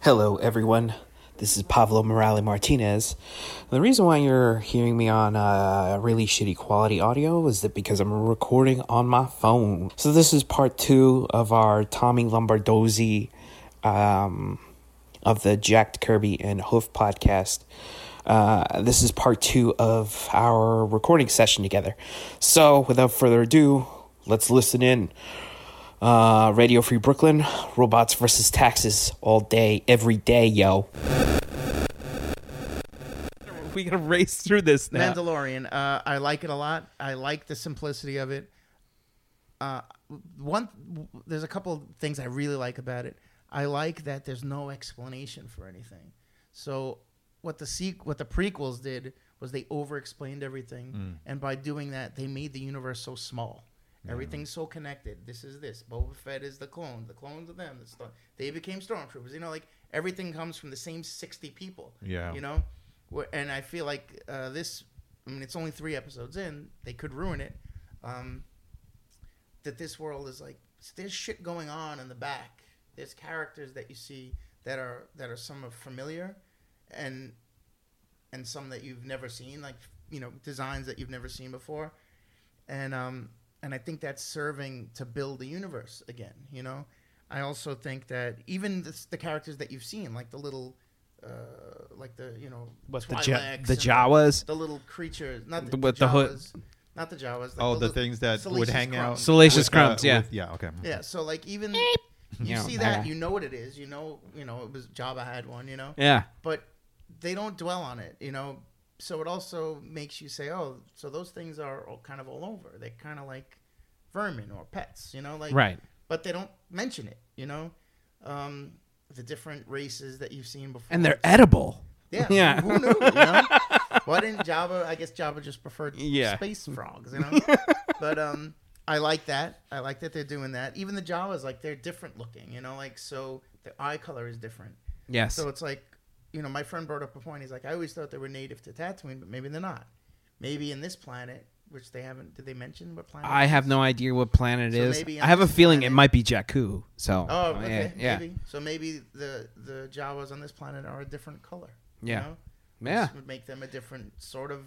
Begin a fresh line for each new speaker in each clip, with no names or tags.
Hello, everyone. This is Pablo Morales Martinez. The reason why you're hearing me on uh, really shitty quality audio is that because I'm recording on my phone. So this is part two of our Tommy Lombardozzi um, of the Jacked Kirby and Hoof podcast. Uh, this is part two of our recording session together. So without further ado, let's listen in. Uh, Radio Free Brooklyn, robots versus taxes all day, every day, yo.
we gotta race through this now.
Mandalorian. Uh, I like it a lot. I like the simplicity of it. Uh, one, there's a couple things I really like about it. I like that there's no explanation for anything. So what the sequ- what the prequels did was they over-explained everything, and by doing that, they made the universe so small. Everything's so connected. This is this. Boba Fett is the clone. The clones are them. The sto- they became stormtroopers. You know, like everything comes from the same sixty people.
Yeah.
You know know? Wh- And I feel like uh, this, I mean, it's only three episodes in. They could ruin it. Um, that this world is like, there's shit going on in the back. There's characters that you see that are that are some of familiar, and and some that you've never seen, like you know designs that you've never seen before, and um and I think that's serving to build the universe again. You know, I also think that even this, the characters that you've seen, like the little, uh, like the you know
What, the
Twi'leks
Ja-
and
the Jawas?
the little creatures, not the,
The-
the,
with the hood-
Jawas, not the Jawas. Like
Oh, the
lit-
things that would
Salacious
hang out.
crumbs.
Salacious
with, uh,
crumbs, yeah.
with- yeah. Okay.
Yeah, so like even you
Yeah,
see
okay.
that, you know what it is. You know, you know it was Java had one. You know,
yeah.
but they don't dwell on it. You know, so it also makes you say, oh, so those things are all kind of all over. They're kind of like vermin or pets. You know, like
Right.
But they don't mention it. You know, um, the different races that you've seen before,
And they're edible.
yeah,
Yeah.
Who knew? You know? Why didn't Java? I guess Java just preferred
Yeah.
space frogs, you know. but um, I like that. I like that they're doing that. Even the Javas, like they're different looking, you know. Like so, the eye color is different.
Yes.
So it's like, you know, my friend brought up a point. He's like, I always thought they were native to Tatooine, but maybe they're not. Maybe in this planet, which they haven't. Did they mention what planet?
I
this
have
is?
no idea what planet it
So
is.
maybe
I
on
have a
this
feeling it
planet-
might be Jakku. So
Oh,
uh,
okay.
yeah, yeah,
Maybe. So maybe the the Jawas on this planet are a different color. you
Yeah.
know?
Yeah.
Which would make them a different sort of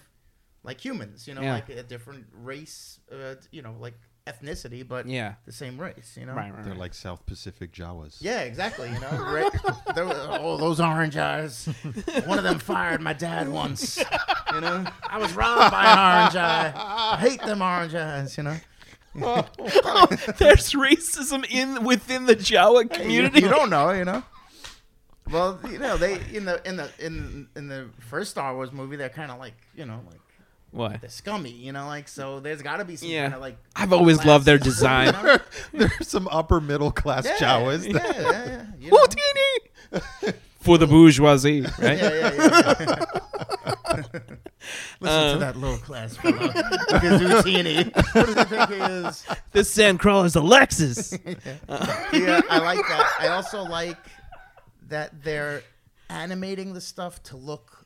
like humans, you know,
Yeah.
like a different race, uh, you know, like ethnicity, but
Yeah.
the same race, you know.
Right, right,
They're
right.
like South Pacific Jawas.
Yeah, exactly. You know, right? There were- oh, those orange eyes. One of them fired my dad once. You know, I was robbed by an orange eye. I hate them orange eyes. You know,
There's racism in within the Jawa
you,
community.
you don't know. You know. Well, you know they in the in the in in the first Star Wars movie, they're kind of like you know like
what?
they're scummy. You know, like so there's got to be some
Yeah.
kind of like
I've always
class
loved their
system,
design.
you know?
There's some upper middle class
Yeah,
Jawas.
Yeah,
that-
yeah, yeah. you know?
Houdini! For the bourgeoisie, right?
Yeah, yeah, yeah, yeah. Listen to that low class fellow, Gazzoutini. What does he think he is?
This sandcrawler's a Lexus.
Yeah, I like that. I also like that they're animating the stuff to look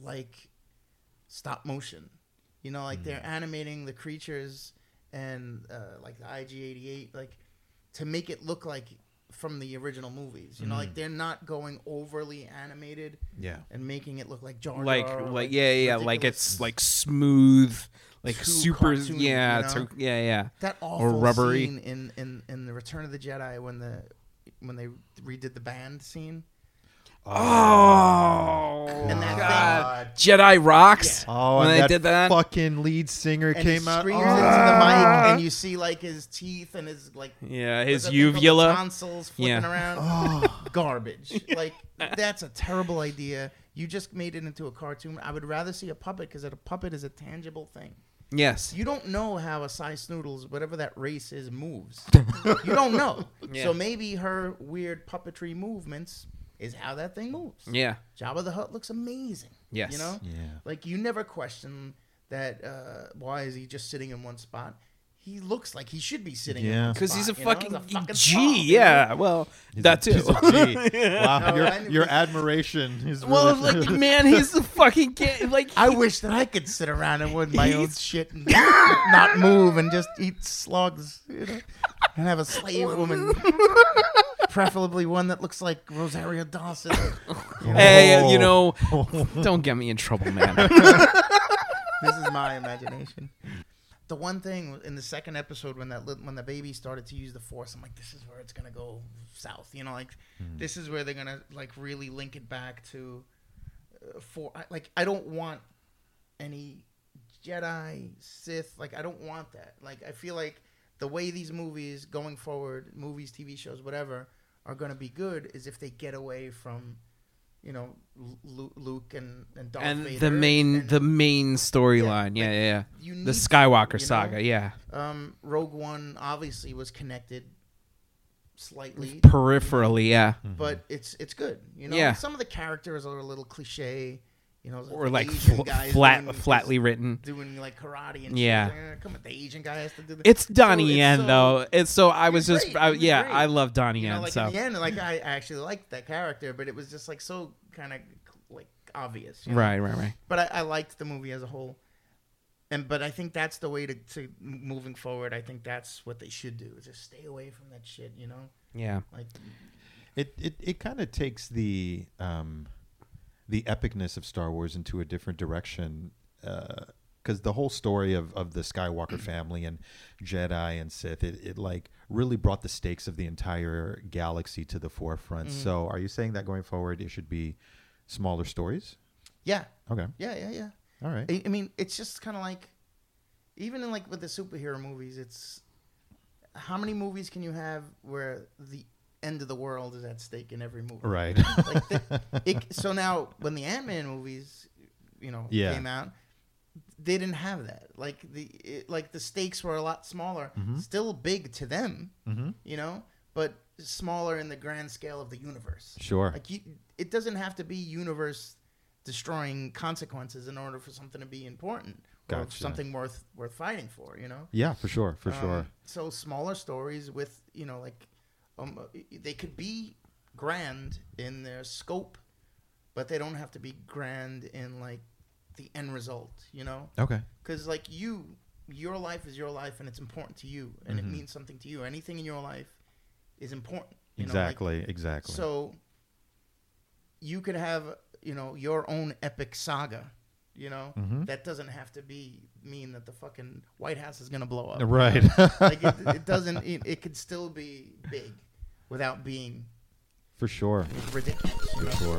like stop motion. You know, like
Hmm.
they're animating the creatures and uh, like the IG88, like to make it look like from the original movies. You know,
Hmm.
like they're not going overly animated
Yeah.
and making it look like Jar Jar.
like,
or,
like, yeah, yeah, like
ridiculous-
it's like smooth, like
Too
super,
cartoony,
yeah,
you know?
too- yeah, yeah.
that awful
rubbery.
scene in, in in the Return of the Jedi when the when they redid the band scene.
Oh,
And that
God.
thing-
Jedi rocks.
Oh,
when
and
they
that
did that.
fucking lead singer
And
came
he
out.
screams
Oh,
into the mic, and you see like his teeth and his like
yeah, Ah.
what's
his
that thing called? The
uvula.
tonsils flipping
Yeah.
around.
Oh.
Garbage. Like that's a terrible idea. You just made it into a cartoon. I would rather see a puppet because a puppet is a tangible thing.
Yes.
You don't know how a size noodles, whatever that race is, moves. you don't know.
Yeah.
So maybe her weird puppetry movements is how that thing moves.
Yeah.
Jabba the Hutt looks amazing.
Yes.
You know?
Yeah.
Like you never question that uh, why is he just sitting in one spot? He looks like he should be sitting in
Yeah.
one
Because he's a
spot, you know?
fucking,
He's a fucking
G.
slob, you know?
yeah. Well, that too.
He's a G. Wow,
No, I
your,
knew-
your admiration is really
well, like, man, he's the fucking kid. Like,
Oh.
I wish that I could sit around and wood my own shit and not move and just eat slugs, you know, and have a slave woman preferably one that looks like Rosario Dawson.
Hey, you know, don't get me in trouble, man.
this is my imagination. The one thing in the second episode when that lit- when the baby started to use the force, I'm like, this is where it's gonna go south. You know, like this is where they're gonna like really link it back to. Uh, for I, like, I don't want any Jedi Sith. Like, I don't want that. Like, I feel like the way these movies going forward, movies, TV shows, whatever, are gonna be good is if they get away from. You know, Lu- Luke and and Darth
and the
Vader
main
and-
the main storyline. Yeah, yeah,
you
yeah.
need
The
to,
Skywalker
you know?
saga, yeah.
um, Rogue One obviously was connected slightly,
Peripherally, yeah.
but it's it's good. You know,
Yeah.
some of the characters are a little cliche. You know,
Or
the
like
Asian
fl-
guys
flat
doing-
flatly written.
doing like karate and
Yeah.
Shit. Eh, come on, the Asian guy has to do. This.
It's Donnie
it's
Yen
so-
though. It's so I
He
was
was
just
great.
I,
He was
yeah,
great.
I love Donnie
You
Yen.
know, like
so
in the end, like I actually liked that character, but it was just like so kind of like obvious. you know?
right, right, right.
but I, I liked the movie as a whole. And but I think that's the way to, to moving forward. I think that's what they should do. is Just stay away from that shit. You know,
Yeah.
like
it it, it kind of takes the um, the epicness of Star Wars into a different direction because the whole story of, of the Skywalker family and Jedi and Sith it, it like really brought the stakes of the entire galaxy to the forefront.
Mm-hmm.
So are you saying that going forward it should be smaller stories?
yeah,
Okay,
yeah, yeah, yeah.
all right.
I, I mean, it's just kind of like, even in like with the superhero movies, it's how many movies can you have where the end of the world is at stake in every movie?
Right.
Like the, it, so now when the Ant Man movies, you know,
Yeah.
came out, they didn't have that. Like the it, like the stakes were a lot smaller,
Mm-hmm.
still big to them, you know, but smaller in the grand scale of the universe.
sure.
Like you, it doesn't have to be universe destroying consequences in order for something to be important or
Gotcha.
something worth worth fighting for. You know.
yeah, for sure, for
Um,
sure.
So smaller stories with you know like, um, they could be grand in their scope, but they don't have to be grand in like the end result. You know,
Okay.
because like you, your life is your life and it's important to you and
Mm-hmm.
it means something to you. Anything in your life is important. You know, like,
exactly. exactly.
so you could have, you know, your own epic saga, you know,
Mm-hmm.
that doesn't have to be mean that the fucking White House is going to blow up.
right.
like it, it doesn't it, it could still be big without being
for sure.
ridiculous. you
For
know?
sure.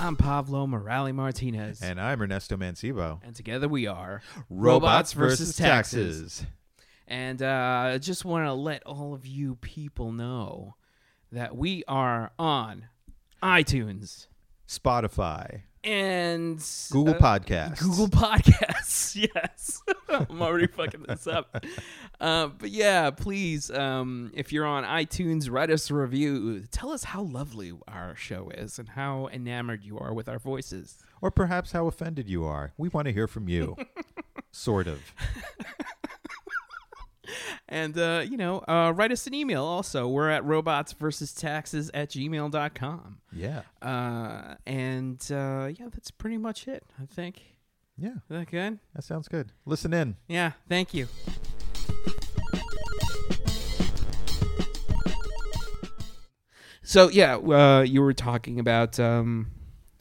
I'm Pablo Morale Martinez. And,
And I'm Ernesto Mancibo.
together we are And uh, I just want to let all of you people know that we are on iTunes
Spotify,
and
Google
uh,
Podcasts,
Google Podcasts. yes, I'm already fucking this up. Uh, but yeah, please, um, if you're on iTunes, write us a review. Tell us how lovely our show is and how enamored you are with our voices.
or perhaps how offended you are. We want to hear from you, sort of.
And, uh, you know, uh, write us an email also. We're at robotsversustaxes at gmail.com.
Yeah,
Uh, and uh, yeah, that's pretty much it, I think.
yeah,
Is that good?
that sounds good. Listen in.
Yeah, thank you. So yeah, uh, you were talking about um,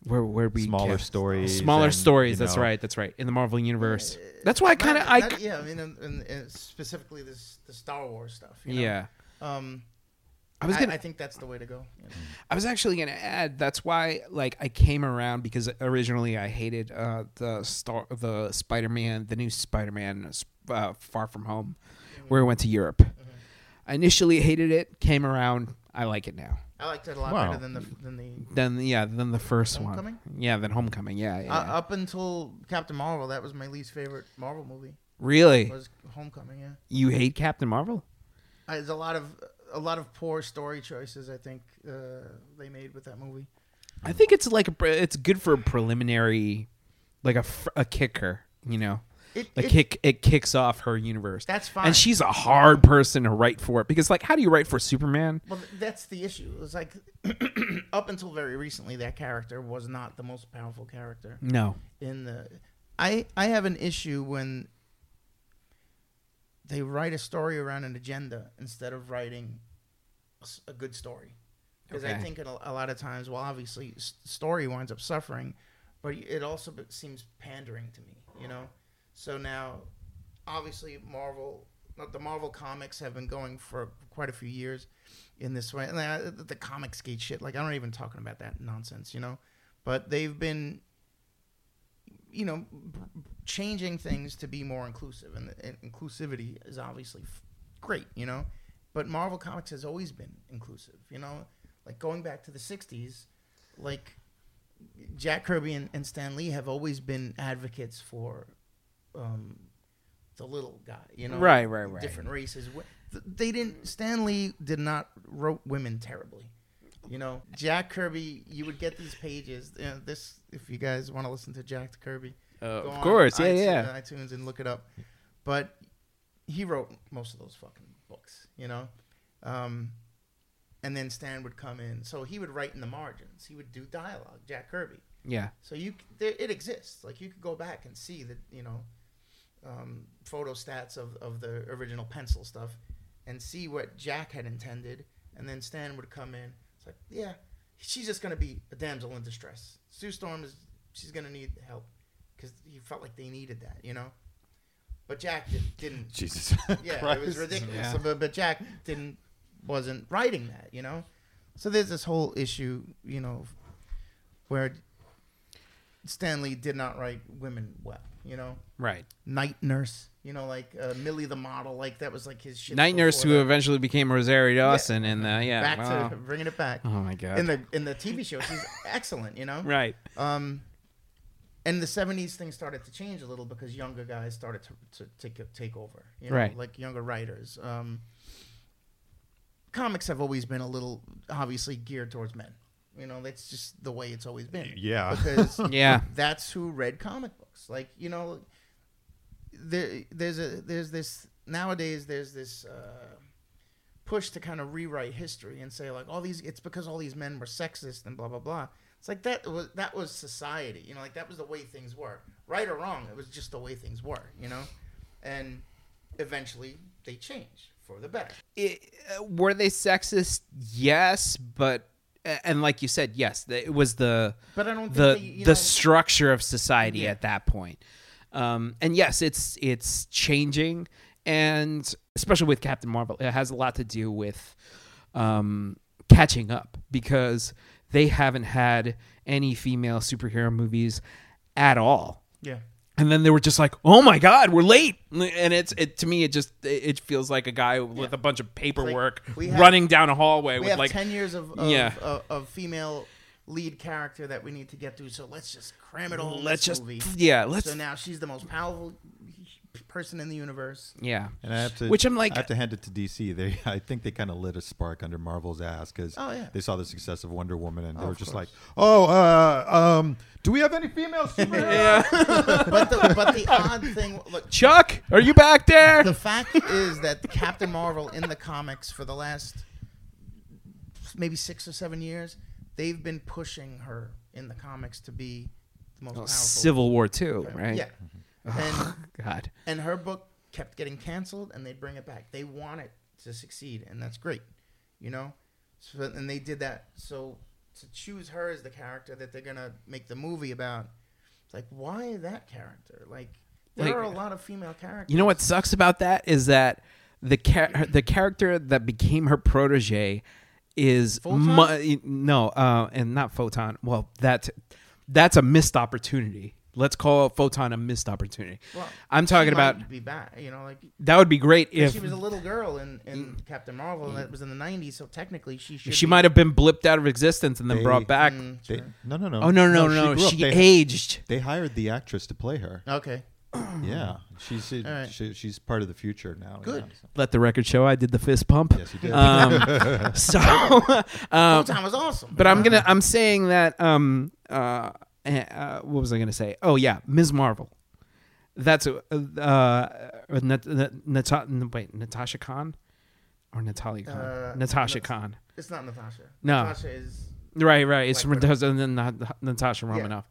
where where we
Smaller
kept-
stories
smaller
and,
stories.
you
That's
know.
right. That's right. In the Marvel universe. That's why I kind of I
Not- yeah, I mean, and, and, and specifically this the Star Wars stuff. You know?
yeah.
Um,
I
I
was
was
gonna-
I, think that's the way to go. you know.
I was actually gonna add that's why like I came around because originally I hated uh, the star the Spider Man the new Spider Man uh, Far From Home,
Mm-hmm.
where I went to Europe. I initially hated it. Came around. I like it now.
I liked it a lot
Wow.
better than the than the
Then yeah, then the first
Homecoming?
one. Yeah, then Homecoming. Yeah, yeah.
uh, up until Captain Marvel. That was my least favorite Marvel movie.
really?
Was Homecoming? Yeah.
You hate Captain Marvel?
Uh, There's a lot of a lot of poor story choices. I think uh, they made with that movie.
I think it's like a, pre- it's good for a preliminary, like a fr- a kicker. You know,
It,
a
it-
kick it kicks off her universe.
That's fine.
and she's a hard person to write for it because like how do you write for Superman?
well, th- that's the issue. It was like up until very recently, that character was not the most powerful character
No.
in the. I I have an issue when they write a story around an agenda instead of writing s- a good story. Because I
Okay.
think in a, a lot of times, well, obviously, s- story winds up suffering, but it also b- seems pandering to me, you know. So now, obviously, Marvel, not the Marvel comics have been going for quite a few years in this way. And I, the comics gate shit, like I'm not even talking about that nonsense, you know. But they've been you know, b- b- changing things to be more inclusive, and, and inclusivity is obviously f- great, you know. But Marvel Comics has always been inclusive, you know, like going back to the '60s, like Jack Kirby and, and Stan Lee have always been advocates for um, the little guy, you know,
Right, right, right.
different races. Wh- th- They didn't. Stan Lee did not wrote women terribly. You know, Jack Kirby, you would get these pages. You know, this, if you guys want to listen to Jack Kirby,
Uh,
go
of
on
course, yeah,
iTunes,
yeah.
iTunes and look it up. But he wrote most of those fucking books, you know. Um, and then Stan would come in, so he would write in the margins. He would do dialogue, Jack Kirby.
Yeah.
So you, c- there, it exists. Like you could go back and see that, you know, um, photo stats of, of the original pencil stuff, and see what Jack had intended, and then Stan would come in. It's like, yeah, she's just gonna be a damsel in distress. Sue Storm is, she's gonna need help, because he felt like they needed that, you know. But Jack did, didn't.
Jesus.
Yeah, it was ridiculous.
Yeah.
So, but, but Jack didn't wasn't writing that, you know. So there's this whole issue, you know, where Stanley did not write women well, you know.
Right.
Night Nurse, you know, like uh, Millie the model, like that was like his shit.
Night nurse
before
who
that.
eventually became Rosario Dawson and uh, yeah.
back
wow.
to bringing it back
oh my god.
in the in the TV show, she's excellent, you know.
right.
Um, and the '70s thing started to change a little because younger guys started to, to take take over, you know,
Right.
Like younger writers. Um, comics have always been a little obviously geared towards men. You know, that's just the way it's always been.
Yeah.
Because
Yeah.
that's who read comic books. Like you know, there there's a there's this nowadays there's this uh, push to kind of rewrite history and say like all these it's because all these men were sexist and blah blah blah. It's like that was that was society. You know, like that was the way things were. Right or wrong, it was just the way things were. You know, and eventually they change for the better.
it, uh, were they sexist? Yes, but a- and like you said, yes, th- it was the
But I don't
the
think they, you
the
know-
structure of society
Yeah.
at that point. Um, and yes, it's it's changing, and especially with Captain Marvel, it has a lot to do with um, catching up because they haven't had any female superhero movies at all
Yeah.
and then they were just like, "Oh my God, we're late!" And it's it to me, it just it it feels like a guy with a bunch of paperwork
we have-
running down a hallway
We
with
have
like,
ten years of of,
Yeah.
of of female lead character that we need to get through. So let's just cram it all. in
"Let's
this
just
movie.
yeah, let's
So now she's the most powerful person in the universe.
yeah."
And I have to,
Which I'm like-
I have to hand it to DC. They, I think they kind of lit a spark under Marvel's ass because
Oh, yeah.
they saw the success of Wonder Woman and they were
of
just
course.
like, oh, uh, um, do we have any female superheroes?
But the, but the odd thing, look,
Chuck, are you back there?
the fact is that Captain Marvel in the comics for the last maybe six or seven years, they've been pushing her in the comics to be the most
Oh,
powerful.
Civil War Two, right? Mm-hmm.
Yeah. And
God,
and her book kept getting canceled and they'd bring it back they want it to succeed and that's great you know so and they did that so to choose her as the character that they're gonna make the movie about it's like why that character like there
Like- uh,
are a lot of female characters
you know what sucks about that is that the char- her- the character that became her protege is
Photon?
mu- no, uh, and not photon. Well, that's that's a missed opportunity. Let's call photon a missed opportunity.
Well,
I'm
she
talking
might
about
be back you know like
That would be great if
she was a little girl in, in Captain Marvel and that was in the 90s so technically she should
she
be-
might have been blipped out of existence and then
They-
brought back.
Mm,
They, no, no, no.
Oh no no no!
grew
no.
up.
She,
they,
aged.
they hired the actress to play her.
okay
Yeah, she's
Mm-hmm. All right.
she, she's part of the future now.
Good.
yeah, so-
Let the record show I did the fist pump.
Yes, you did.
Um, so, um,
Photon was awesome
but I'm gonna I'm saying that um uh, eh, uh what was I gonna say? Oh yeah, Ms. Marvel. That's uh, uh Nat- Nat- Nat- wait Natasha Khan or Natalia Khan?
Uh,
Natasha
Nat-
Khan.
it's not Natasha
No.
Natasha is
Right right. It's
Like,
Natasha, Nat- Natasha Romanoff.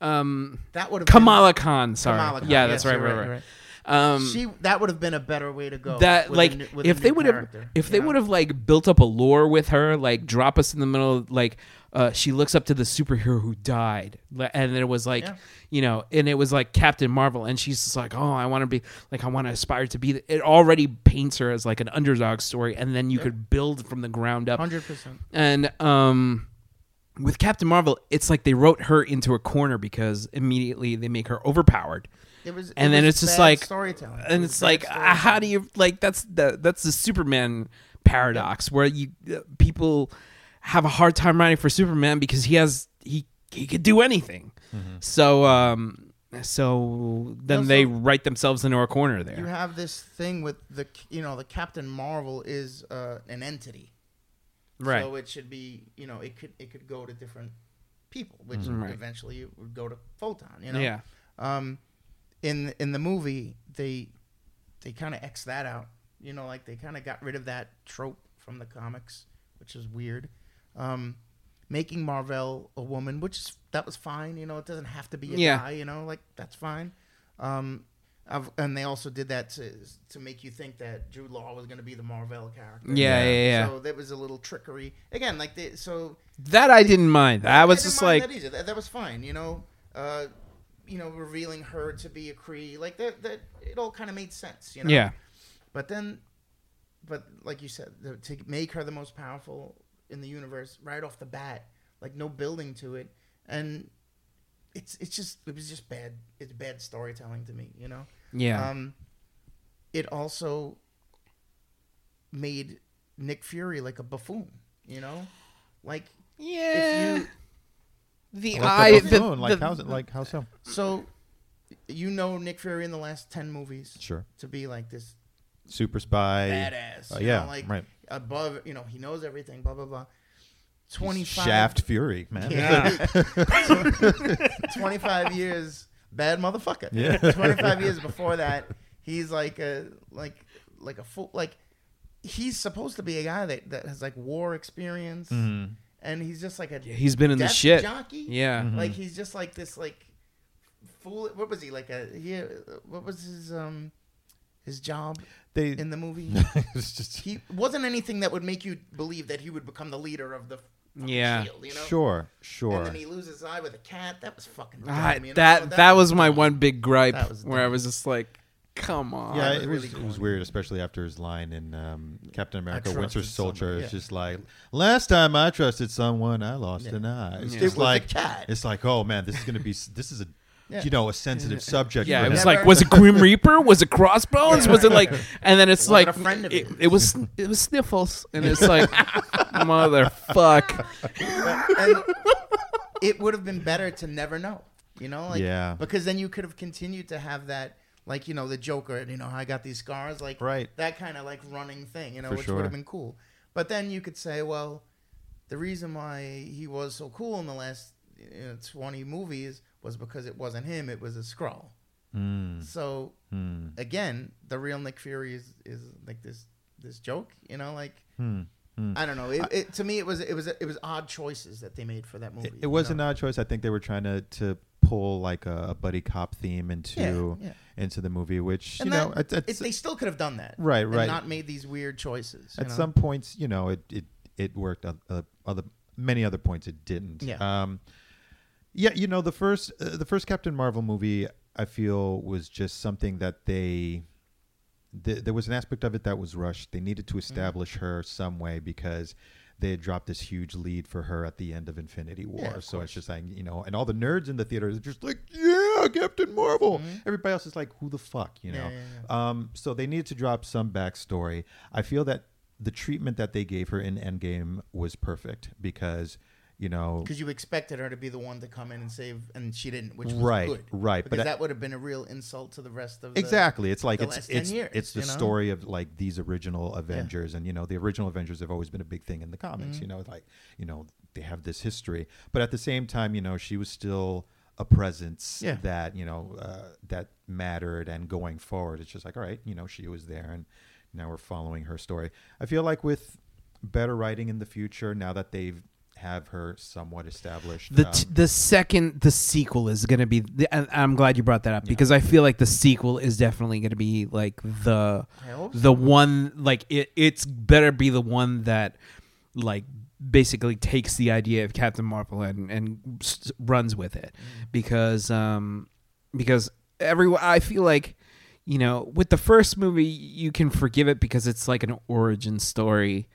Um.
that would have
Kamala Khan. Sorry.
Kamala Khan,
Yeah, that's
yes,
right,
you're
right,
right,
right.
you're right.
Um,
she that would have been a better way to go.
that
Oh, with a
like
new- with a
if they
new
would have
character,
if
you
they
know?
would have like built up a lore with her like drop us in the middle of, like uh, she looks up to the superhero who died Li- and it was like
Yeah.
you know and it was like captain marvel and she's just like oh i want to be like i want to aspire to be th-" it already paints her as like an underdog story and then you could build from the ground up
hundred percent.
and um with captain marvel it's like they wrote her into a corner because immediately they make her overpowered
It was, it
and then
was
it's just
bad
like
storytelling, It
and
was
it's
bad
like ah,
storytelling.
how do you like that's the that's the superman paradox where you uh, people have a hard time writing for superman because he has he he could do anything
Mm-hmm.
so um so then
Also-
they write themselves into a corner there
you have this thing with the you know the Captain Marvel is uh, an entity,
right
So it should be you know it could it could go to different people, which
Mm. Right.
eventually it would go to Photon. You know,
yeah
Um, in in the movie they they kind of x that out. You know, like they kind of got rid of that trope from the comics, which is weird. Um, making Marvel a woman, which is that was fine. You know, it doesn't have to be a
Yeah.
guy. You know, like that's fine. Um, I've, and they also did that to to make you think that Drew Law was going to be the Marvel character.
yeah yeah yeah,
So that was a little trickery. Again, like they, so
that i didn't mind i was
didn't
just
mind
like
that, either. That, that was fine, you know. Uh, you know, revealing her to be a Cree, like that. That it all kind of made sense, you know.
yeah
But then, but like you said, the, to make her the most powerful in the universe right off the bat, like no building to it, and it's it's just it was just bad. It's bad storytelling to me, you know.
yeah
Um, it also made Nick Fury like a buffoon, you know, like
yeah
Eh.
if you
the
Like,
eye
the
the-
buffoon, like
the-
how's it? Like how so?
So, you know Nick Fury in the last ten movies
Sure.
to be like this
Super spy.
badass,
Uh,
you
yeah,
know, like
right.
above, you know, he knows everything, blah blah blah. Twenty five
Shaft Fury, man.
twenty five years, bad motherfucker.
Yeah.
twenty five years before that, he's like a like like a fool. Like he's supposed to be a guy that that has like war experience, and he's just like a
Mm-hmm. he's been in the
death
shit
jockey.
yeah
Mm-hmm.
Mm-hmm.
Like he's just like this like fool. What was he like a he? What was his um his job
They.
in the movie?
it's just
he wasn't anything that would make you believe that he would become the leader of the fucking
Yeah.
shield, you know?
sure, sure.
And then he loses his eye with a cat. That was fucking dumb,
Ah,
you know?
that,
So
that was my one big gripe
that was
where I
dumb.
was just like, come on.
Yeah,
I
it
was
was
really
it was
going-
weird, especially after his line in um, Captain America:
trusted
Winter
someone,
Soldier. It's
yeah.
just like last time I trusted someone, I lost an eye. It's
Yeah.
just
It was a
like
cat.
it's like oh man, this is gonna be s- this is a
Yeah.
you know a sensitive subject.
Yeah,
for
it was
him.
like,
Never-
was it Grim Reaper? Was it Crossbones? Was it like? And then it's
Wasn't
like,
a friend of
it,
his.
it was it was Sniffles, and it's like, motherfuck.
And it would have been better to never know, you know? Like,
Yeah.
Because then you could have continued to have that, like, you know, the Joker, you know, I got these scars, like,
Right.
that kind of like running thing, you know,
For
which
sure.
would have been cool. But then you could say, well, the reason why he was so cool in the last you know, 20 movies was because it wasn't him, it was a scroll.
Hmm.
So again, the real Nick Fury is, is like this this joke, you know, like
Hmm.
I don't know. It, it, to me, it was it was it was odd choices that they made for that movie.
it, it was an odd choice. I think they were trying to to pull like a, a buddy cop theme into
yeah.
into the movie, which
And
you
that,
know at, at,
it, they still could have done that,
Right,
and
right.
Not made these weird choices. you
at
know?
some points, you know, it it it worked. On, uh, other many other points, it didn't.
Yeah.
Um, yeah, you know, the first uh, the first Captain Marvel movie, I feel, was just something that they. th- There was an aspect of it that was rushed. They needed to
Mm.
establish her some way because they had dropped this huge lead for her at the end of Infinity War.
Yeah, of
so it's just like, you know, and all the nerds in the theaters are just like, yeah, Captain Marvel. Everybody else is like, who the fuck, you know?
Mm-hmm. yeah, yeah.
Um, so they needed to drop some backstory. I feel that the treatment that they gave her in Endgame was perfect because, you know,
because you expected her to be the one to come in and save, and she didn't, which was
Right,
good,
right, but
Because
I-
that would have been a real insult to the rest of the,
exactly. It's like
the
it's
last 10
it's
years,
it's the
you know?
story of like these original Avengers, and you know, the original Avengers have always been a big thing in the comics.
Mm-hmm.
You know, like you know they have this history, but at the same time, you know, she was still a presence
Yeah.
that you know uh, that mattered and going forward it's just like all right you know she was there and now we're following her story i feel like with better writing in the future now that they've have her somewhat established.
The,
um,
t- the second the sequel is gonna be, the, and I'm glad you brought that up because I feel like the sequel is definitely gonna be like the
I hope
the one like it. It's better be the one that like basically takes the idea of Captain Marvel and and s- runs with it
Mm.
because um because every I feel like you know with the first movie you can forgive it because it's like an origin story.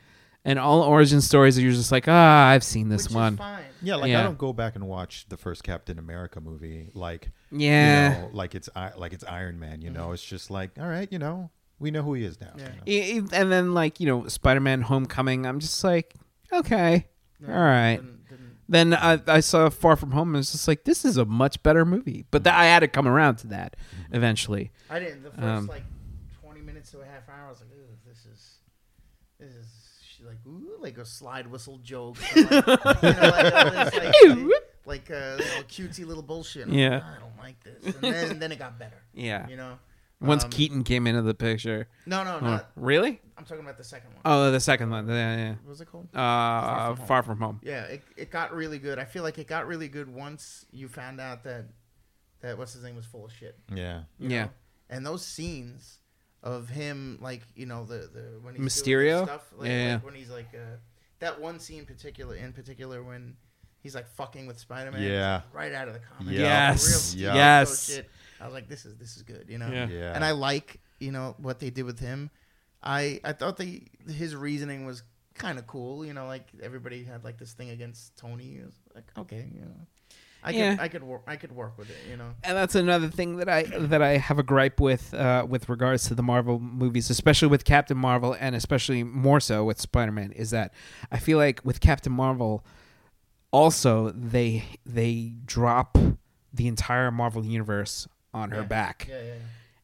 And all origin stories, you're just like, ah, I've seen this
Which is
one.
fine.
yeah, like
yeah.
I don't go back and watch the first Captain America movie, like
Yeah.
you know, like it's I- like it's Iron Man. You know, it's just like all right, you know, we know who he is now. you
Mm-hmm. Yeah.
know?
E- e- and then like you know spider-man homecoming i'm just like okay all right
Didn't- didn't-
then I, I saw far from home and it's just like this is a much better movie but th- i had to come around to that eventually
I didn't. The first
Um,
like twenty minutes to a half hour, I was like, "Ooh, this is, this is." She's like, "Ooh, like a slide whistle joke." or Like, you know, like, all this, like,
Ew.
like, uh, you know, cutesy little bullshit. I'm
Yeah.
like, "Ah, I don't like this. And then, then it got better.
yeah
You know.
once
Um,
keaton came into the picture
No, no,
Oh,
not.
really
I'm talking about the second one.
oh the second one yeah,
what was it called?
yeah. uh far from home
Yeah, it, it got really good. I feel like it got really good once you found out that that what's his name was full of shit.
yeah.
you
Yeah.
know? And those scenes of him, like you know, the the when he's doing
Mysterio?
his stuff, like,
Yeah.
like when he's like uh, that one scene particular in particular when he's like fucking with Spider Man,
Yeah.
right out of the comic,
Yes.
Like, real
Yes.
Steve Ditko shit. I was like, this is this is good, you know,
Yeah.
Yeah.
and I like you know what they did with him. I I thought they his reasoning was kind of cool, you know, like everybody had like this thing against Tony. It was like, okay, you know. I
Yeah.
could I could work I could work with it, you know.
and that's another thing that I that I have a gripe with uh, with regards to the Marvel movies, especially with Captain Marvel, and especially more so with Spider Man, is that I feel like with Captain Marvel, also they they drop the entire Marvel universe on her
Yeah.
back,
Yeah, yeah. yeah.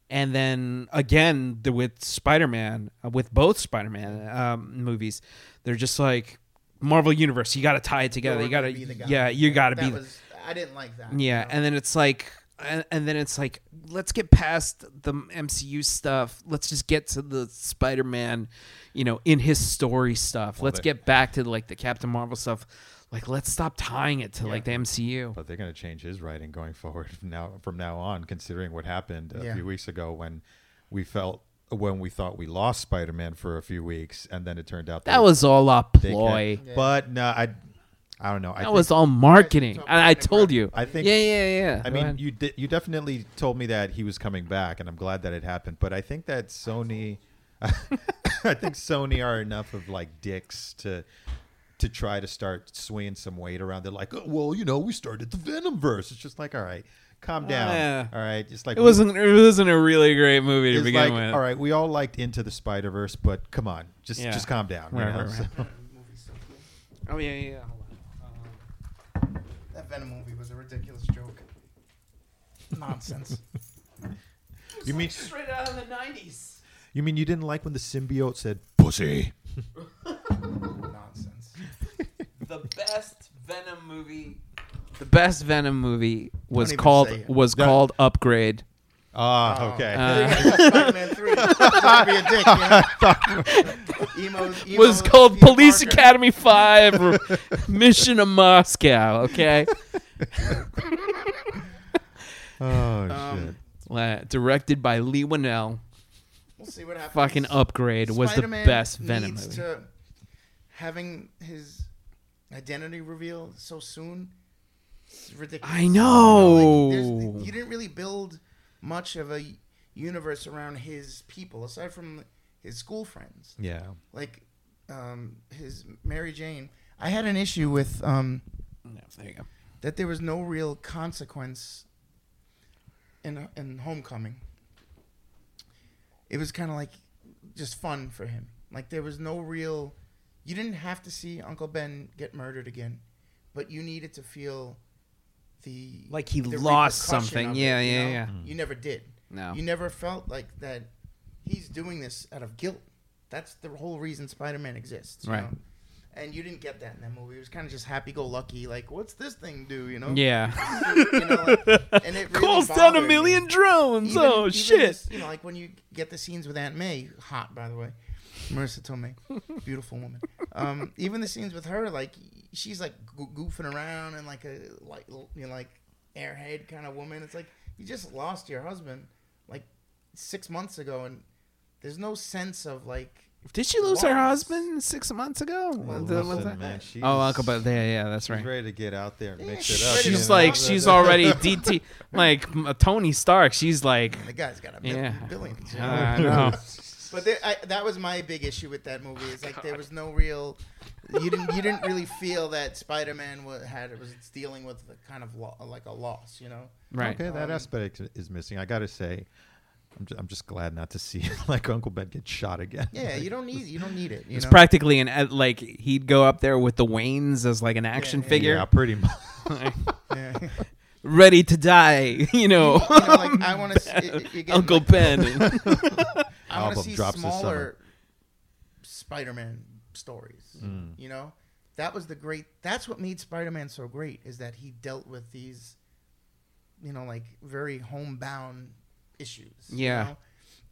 and then again the, with Spider Man, with both Spider Man um, movies, they're just like Marvel universe. You got to tie it together.
we're
You got to
gonna be the guy.
yeah, you got to
that
be.
was I didn't like that.
Yeah,
you know?
and then it's like, and, and then it's like, let's get past the MCU stuff. Let's just get to the Spider-Man, you know, in his story stuff. let's
they-
get back to like the Captain Marvel stuff. Like, let's stop tying it to like the MCU.
But they're going to change his writing going forward from now from now on, considering what happened a
Yeah.
few weeks ago when we felt when we thought we lost Spider-Man for a few weeks, and then it turned out
That was all a
they
ploy.
kept- But no, I, I don't know. I
That
think-
was all marketing.
Talk
And
about
I
it,
told
bro.
you.
I think-
Yeah, yeah, yeah.
I
Go
mean,
ahead.
you did. You definitely told me that he was coming back, and I'm glad that it happened. But I think that Sony, I think Sony are enough of like dicks to to try to start swinging some weight around. They're like, oh, well, you know, we started the Venom verse. It's just like, all right, calm down.
Uh, yeah.
All right, just like
it wasn't. It wasn't a really great movie to
it's
begin
like,
with.
all right, we all liked Into the Spider Verse, but come on, just
Yeah.
just calm down. you
Right,
know?
right, right.
So-
Movie's so cool.
Oh yeah, yeah. yeah.
That Venom movie was a ridiculous joke. Nonsense.
you mean
Straight out of the '90s.
you mean you didn't like when the symbiote said pussy?
Nonsense.
the best Venom movie. The best Venom movie was
Don't even
called
say it.
was
No.
called Upgrade. Oh,
Ah, okay.
Um,
uh,
Spider-Man 3. Don't be a dick, you know? Emo- emo
was called
Peter
Police
Parker.
Academy Five or Mission to Moscow. Okay,
oh
Um,
shit.
La- Uh, directed by Lee Winnell.
We'll see what happens.
Fucking Upgrade was the
Spider-Man
best Venom
needs
movie.
to- having his identity revealed so soon is ridiculous.
I know.
You, like, there's- you didn't really build much of a universe around his people, aside from his school friends.
Yeah.
Like um, his Mary Jane. I had an issue with um,
Yeah, there you go.
that there was no real consequence in in homecoming. It was kind of like just fun for him. Like there was no real you didn't have to see Uncle Ben get murdered again, but you needed to feel the
Like he
the
lost
repercussion
something.
of
Yeah,
you
yeah,
know?
yeah.
You never did.
No.
You never felt like that he's doing this out of guilt. That's the whole reason Spider Man exists. you
Right.
know? And you didn't get that in that movie. It was kind of just happy go lucky, like, what's this thing do, you know?
Yeah,
You know, like- and it really
calls down a
bothered me.
million drones.
Even-
oh
even
shit!
just, you know, like when you get the scenes with Aunt May, hot by the way, Marissa Tomei, beautiful woman. Um, even the scenes with her, like she's like goo- goofing around and like a like you know like airhead kind of woman. It's like you just lost your husband like six months ago, and there's no sense of like
Did she lose her
Lost.
husband six months ago? What the- what's
Listen,
that?
man, she's-
Oh, Uncle Bob. Yeah, yeah, that's
She's
right.
ready to get out there and
Yeah,
mix
she's
it up.
ready
you
to
know?
She's like,
Yeah.
she's already DT, like m- Tony Stark. She's like,
the guy's got a bil-
yeah,
billion. you know?
I know.
But there, I, that was my big issue with that movie. Is like there was no real, you didn't you didn't really feel that Spider Man had was dealing with the kind of lo- like a loss, you know.
Right.
Okay, that
Um,
aspect is missing. I gotta say, I'm just, I'm just glad not to see like Uncle Ben get shot again.
Yeah, you don't need you don't need it. You
It's
know?
practically an ad- like he'd go up there with the Waynes as like an action
yeah, yeah.
figure,
Yeah, pretty much.
Yeah.
ready to die. You know,
You know, like I want to
Uncle Ben.
I want to
Album
see
drops this
smaller
summer.
Spider-Man stories. You know, that was the great. That's what made Spider-Man so great is that he dealt with these, you know, like very homebound issues. you
Yeah.
know?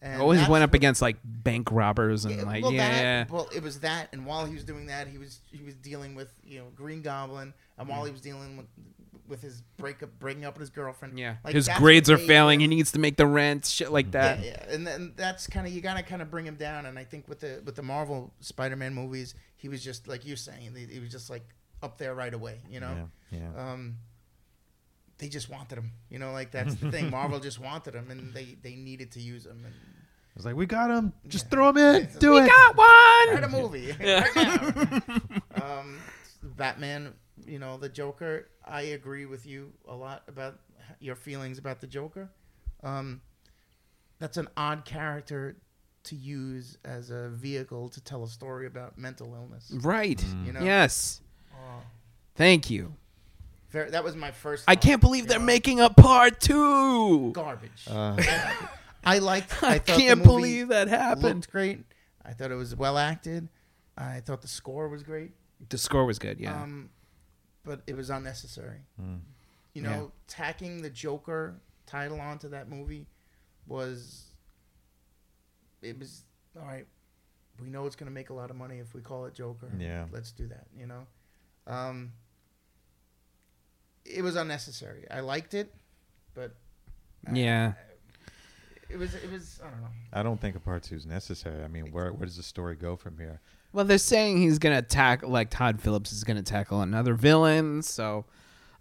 and
Always
that's
went up
what-
against like bank robbers and like
well,
yeah, yeah.
That, well, it was that, and while he was doing that, he was he was dealing with you know Green Goblin, and
Mm.
while he was dealing with with his breakup, breaking up with his girlfriend.
Yeah.
like,
His
that's
grades
what
are
made
failing.
him-
He needs to make the rent. Shit like that.
yeah, Uh, yeah. and then that's kind of you gotta kind of bring him down. And I think with the with the Marvel Spider-Man movies, he was just like you're saying, he, he was just like up there right away. You know,
Yeah, yeah.
um, they just wanted him. You know, like that's the thing. Marvel just wanted him, and they they needed to use him. And
It's like we got him. Just throw him in. Do
We
it.
got
write a
one.
movie right now. um, Batman, you know, the Joker. I agree with you a lot about your feelings about the Joker. Um, that's an odd character to use as a vehicle to tell a story about mental illness.
Right.
Mm. You know?
Yes.
Uh,
Thank you.
ver- that was my first.
I
thought,
can't believe
you
they're
know.
making a part two.
garbage.
Uh,
I liked. I,
I
thought the
can't
movie
believe that happened.
Looked great. I thought it was well acted. I thought the score was great.
The score was good. Yeah.
Um, but it was unnecessary. You know, tacking the Joker title onto that movie was. It was all right. We know it's going to make a lot of money if we call it Joker.
Yeah.
let's do that. You know, um, it was unnecessary. I liked it, but
yeah.
it was it was I don't know.
I don't think a part two is necessary. I mean, where where does the story go from here?
Well, they're saying he's gonna tackle like Todd Phillips is gonna tackle another villain. So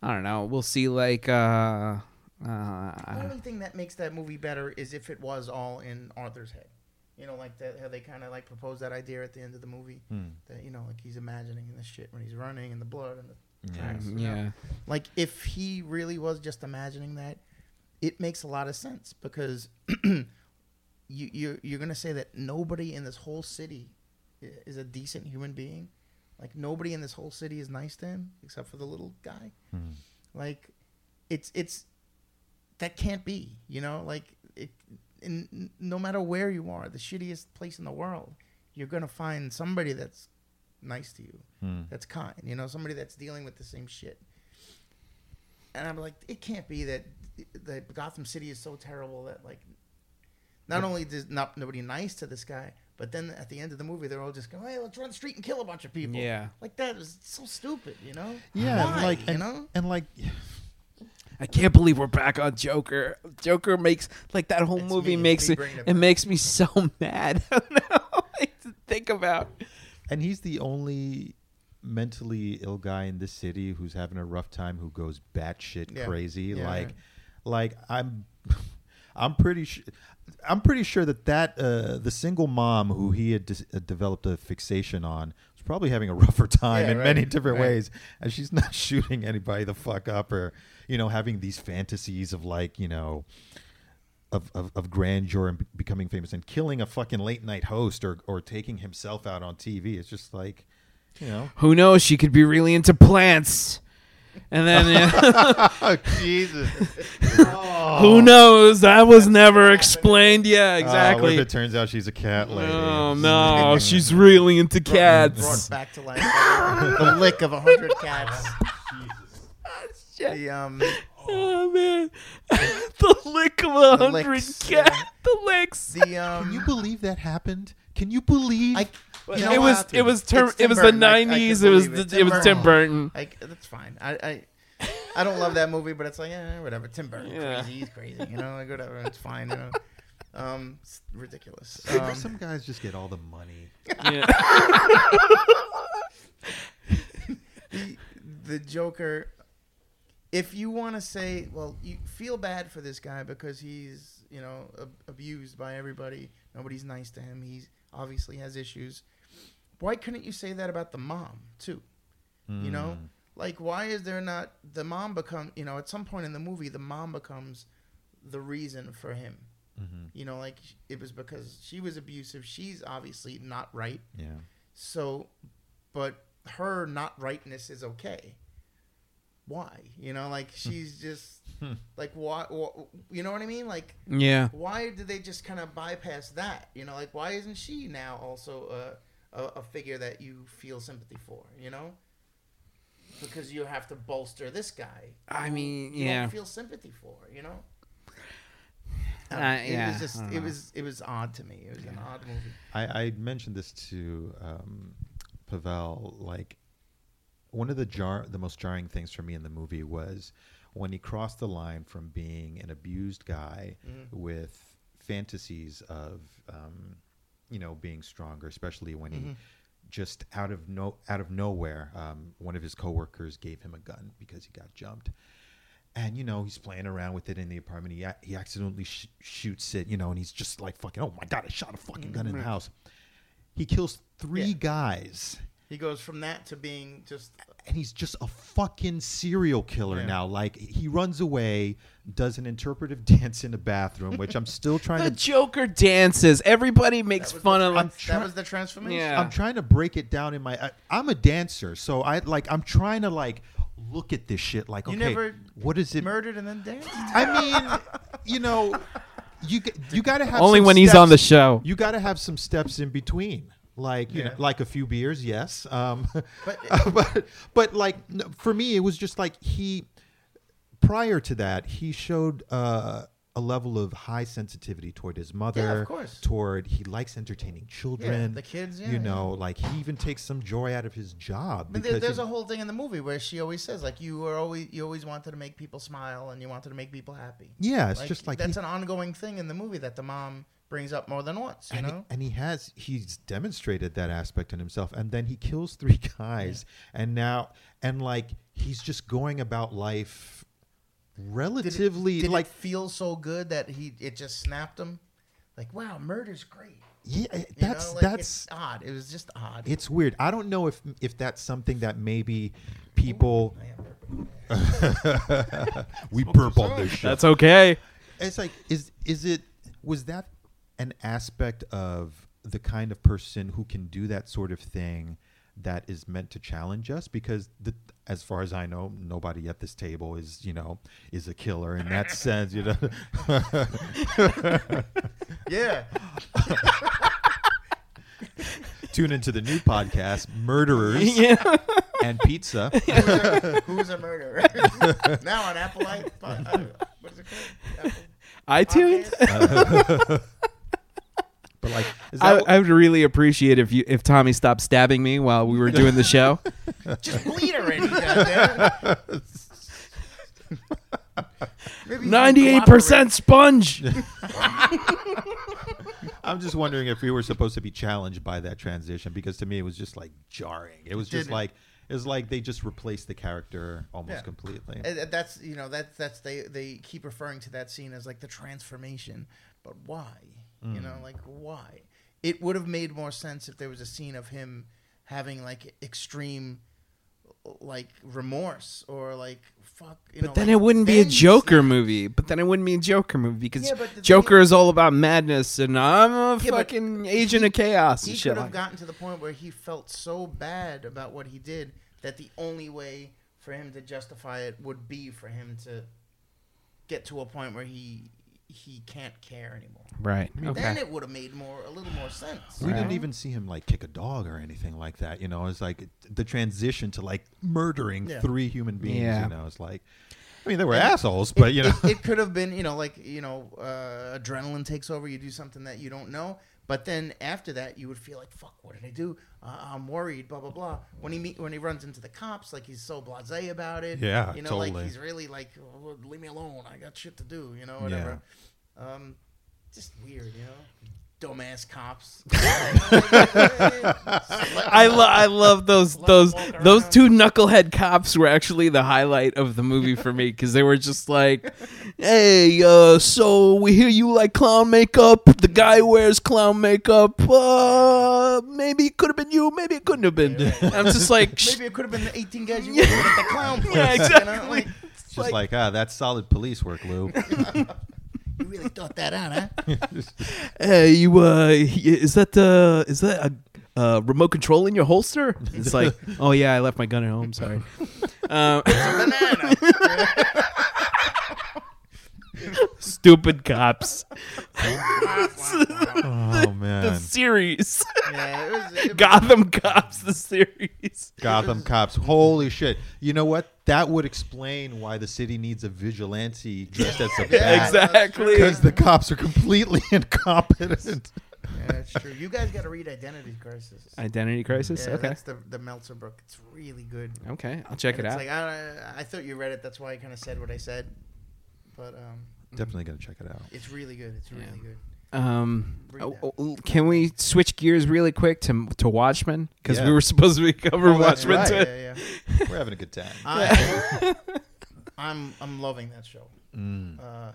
I don't know. We'll see. Like. uh
The
uh,
only thing that makes that movie better is if it was all in Arthur's head. You know, like that, how they kind of like propose that idea at the end of the movie. That you know, like he's imagining this shit when he's running and the blood and the tracks. you know?
yeah.
Like if he really was just imagining that, it makes a lot of sense because you you're, you're gonna say that nobody in this whole city i- is a decent human being. Like nobody in this whole city is nice to him except for the little guy. Like it's it's that can't be. You know, like it. In, n- no matter where you are, the shittiest place in the world, you're gonna find somebody that's nice to you,
Hmm.
that's kind. You know, somebody that's dealing with the same shit. And I'm like, it can't be that that Gotham City is so terrible that like, not only does not nobody nice to this guy, but then at the end of the movie, they're all just going, hey, let's run the street and kill a bunch of people.
Yeah.
like that is so stupid. You know?
Yeah, and
Why,
like
you
and-
know.
and like
I can't believe we're back on Joker. Joker makes like that whole
It's me,
movie
it's
makes
me
it,
bringing it
it
back.
makes me so mad. I don't know like, to think about.
And he's the only mentally ill guy in this city who's having a rough time who goes batshit
Yeah.
crazy.
Yeah.
like, like I'm, I'm pretty sure, I'm pretty sure that that uh, the single mom who he had dis- uh, developed a fixation on was probably having a rougher time
Yeah,
in
right,
many different
right.
ways, and she's not shooting anybody the fuck up or you know having these fantasies of like you know of, of, of grandeur and becoming famous and killing a fucking late night host or, or taking himself out on TV. It's just like, you know.
Who knows? She could be really into plants. And then
Oh, Jesus.
Oh.
who knows? That was never explained. Yeah, exactly.
ah, if it turns out she's a cat lady?
oh no, she's really into
brought
cats.
back to life the lick of a hundred cats.
Shit.
The, um,
Oh man, the lick of
The
a hundred
licks,
cat.
yeah.
The licks.
the
Can you
um,
believe that happened? Can you believe
I Well,
You
no,
know
it was
what?
it was term,
It's Tim
it was the
Burton. I- I can
nineties. It was
believe it.
the, it
Tim
was Tim Burton.
I, that's fine. I, I I don't love that movie, but it's like, eh, whatever. Tim Burton,
Yeah.
crazy, he's crazy. You know, like whatever. It's fine. You know, um, it's ridiculous.
Some
Um,
guys just get all the money.
Yeah.
the, the Joker. If you want to say, well, you feel bad for this guy because he's you know ab- abused by everybody. Nobody's nice to him. He's obviously has issues. Why couldn't you say that about the mom too? You know, like why is there not the mom become? You know, at some point in the movie, the mom becomes the reason for him. You know, like sh- it was because she was abusive. She's obviously not right.
Mm, Yeah.
So, but her not rightness is okay. Why? You know, like she's just like why? wh- You know what I mean? Like
Yeah.
why did they just kind of bypass that? You know, like why isn't she now also a, a a figure that you feel sympathy for? You know, because you have to bolster this guy.
I mean,
You
yeah.
don't feel sympathy for. You know. Um,
Uh,
it
yeah,
was just
I don't
it
know.
was it was odd to me. It was an odd movie.
I, I mentioned this to um, Pavel. Like one of the jar, the most jarring things for me in the movie was when he crossed the line from being an abused guy
Mm.
with fantasies of, um, you know, being stronger, especially when
Mm-hmm.
he just out of no out of nowhere, um, one of his coworkers gave him a gun because he got jumped. And you know he's playing around with it in the apartment. He ac- he accidentally sh- shoots it, you know, and he's just like fucking. Oh my god! I shot a fucking gun in the house. He kills three
Mm-hmm. Yeah.
guys,
He goes from that to being just
and he's just a fucking serial killer
Yeah.
now. Like he runs away, does an interpretive dance in the bathroom, which I'm still
The
trying to.
Joker dances. Everybody makes
was
fun
the trans-
of him.
that was the transformation.
Yeah.
I'm trying to break it down in my. I, I'm a dancer, so I like. I'm trying to like look at this shit. Like,
You
okay,
never
what is it?
Murdered and then danced.
Oh, I mean, you know, you g- you gotta have
Only
some
when he's on the
steps-
show.
You gotta have some steps in between, like you know,
Yeah.
like a few beers, yes. Um,
But-
but, but like n- for me, it was just like he prior to that he showed. Uh, a level of high sensitivity toward his mother,
course.
toward he likes entertaining children,
the kids, yeah,
you
yeah.
know, like he even takes some joy out of his job.
But there,
because
there's
he-
a whole thing in the movie where she always says like you were always you always wanted to make people smile and you wanted to make people happy.
yeah, it's just like he
that's an ongoing thing in the movie that the mom brings up more than once. You
and,
know,
He, and he has he's demonstrated that aspect in himself and then he kills three guys and now and like he's just going about life
Did it-
relatively
did it
like
feel so good that he it just snapped him. Like wow, murder's great.
yeah it-
You know,
that's
like,
that's
it's odd. It was just odd.
it's weird i don't know if if that's something that maybe people
Oh, I am perfect.
we burp on this shit
That's okay.
it's like is is it was that an aspect of the kind of person who can do that sort of thing that is meant to challenge us because the, as far as i know nobody at this table is you know is a killer in that sense you know
yeah,
tune into the new podcast murderers
Yeah.
and pizza
who's a murderer? now on Apple, I, uh, what is it called? Apple
iTunes.
Podcast?
but like is
I,
that
I would really appreciate if you if Tommy stopped stabbing me while we were doing the show.
Just bleed already, goddamn. Maybe you
Ninety eight percent sponge.
i'm just wondering if we were supposed to be challenged by that transition because to me it was just like jarring it was just
didn't.
like it was like they just replaced the character almost
Yeah.
completely
cooperate. And That's you know that's that's they they keep referring to that scene as like the transformation, but why? You
Mm.
know, like why? It would have made more sense if there was a scene of him having like extreme like remorse or like fuck. You know,
But then
like,
it wouldn't be a
then you
Joker
see-
movie. But then it wouldn't be a Joker movie because
Yeah, but the
Joker
thing-
is all about madness and I'm a
Yeah, but
fucking agent of chaos
he
and
could
shit.
have
Like.
gotten to the point where he felt so bad about what he did that the only way for him to justify it would be for him to get to a point where he he can't care anymore.
Right.
Then
Okay.
it would have made more a little more sense.
We didn't even see him like kick a dog or anything like that. You know, it's like the transition to like murdering
Yeah.
three human beings.
Yeah.
You know, it's like, I mean, they were assholes, but you know,
it, it could have been you know like you know uh, adrenaline takes over. You do something that you don't know, But then after that, you would feel like, "Fuck, what did I do? Uh, I'm worried." Blah blah blah. When he meet, when he runs into the cops, like he's so blasé about it.
Yeah,
you know,
totally.
like he's really like, oh, "Leave me alone. I got shit to do." You know, whatever. Um, just weird, you know. Dumbass cops.
I lo- I love those
Let
those
them walk
those
around.
two knucklehead cops were actually the highlight of the movie for me because they were just like, "Hey, uh, so we hear you like clown makeup. The guy wears clown makeup. Uh, maybe it could have been you. Maybe it couldn't have been." I'm just like, "Sh-
Maybe it could have been the 18 guys you were with at the clown place.
yeah,
you know?
exactly.
Like,
It's just like, ah, that's solid police work, Lou.
you really thought that out, huh?
Hey, you uh, is that uh, is that a uh, remote control in your holster?" It's like, "Oh yeah, I left my gun at home. Sorry." Um, stupid cops.
oh man,
series.
yeah, it was, it
Gotham Cops, the series.
Gotham cops. Holy shit! You know what? That would explain why the city needs a vigilante dressed as a
Yeah,
bat.
exactly.
Because the cops are completely incompetent.
Yeah, that's true. You guys got to read Identity Crisis.
Identity Crisis.
yeah,
okay.
that's the the Meltzer book. It's really good.
Okay, I'll check
And
it
it's
out.
Like I, I thought you read it. That's why I kind of said what I said. But um,
Definitely gonna check it out.
it's really good. It's really good.
um,
Read
oh,
that.
oh, can we switch gears really quick to to Watchmen because
Yeah.
we were supposed to be covering
Oh, that's
Watchmen.
right.
too.
Yeah, yeah.
We're having a good time.
Uh, I, I'm I'm loving that show. Uh, I-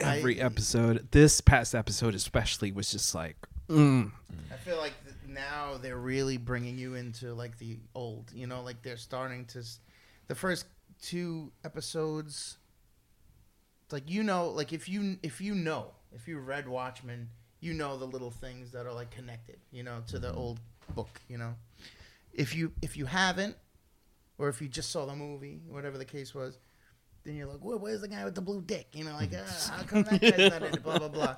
Every episode, this past episode especially, was just like, mm,
I feel like th- now they're really bringing you into like the old, you know, like they're starting to. s- The first two episodes, it's like you know, like if you if you know if you read Watchmen, you know the little things that are like connected, you know, to the old book, you know. If you if you haven't, or if you just saw the movie, whatever the case was, then you're like, well, where's the guy with the blue dick? You know, like, ah, how come that guy's not in it? Blah blah blah.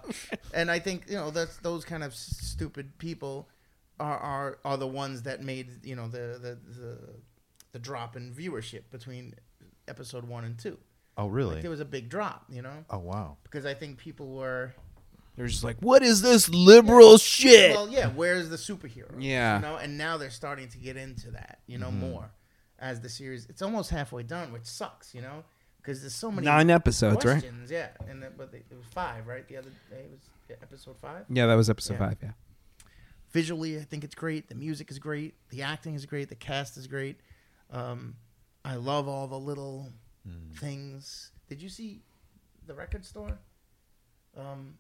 And I think you know that's those kind of s- stupid people are are are the ones that made you know the the the, the drop in viewership between episode one and two.
Oh
Like, there
really?
was a big drop, you know,
Oh wow.
because I think people were
they're just like, what is this liberal shit?
Well, yeah, where's the superhero?
Yeah. Mm-hmm.
You know, and now they're starting to get into that, you know, more as the series. It's almost halfway done, which sucks, you know, because there's so many
Nine episodes, right?
questions, Yeah, and then, but they, it was five, right? The other day it was yeah, episode five.
Yeah, that was episode
Yeah.
five. Yeah.
Visually, I think it's great. The music is great. The acting is great. The cast is great. Um, I love all the little things. Did you see the record store? Um,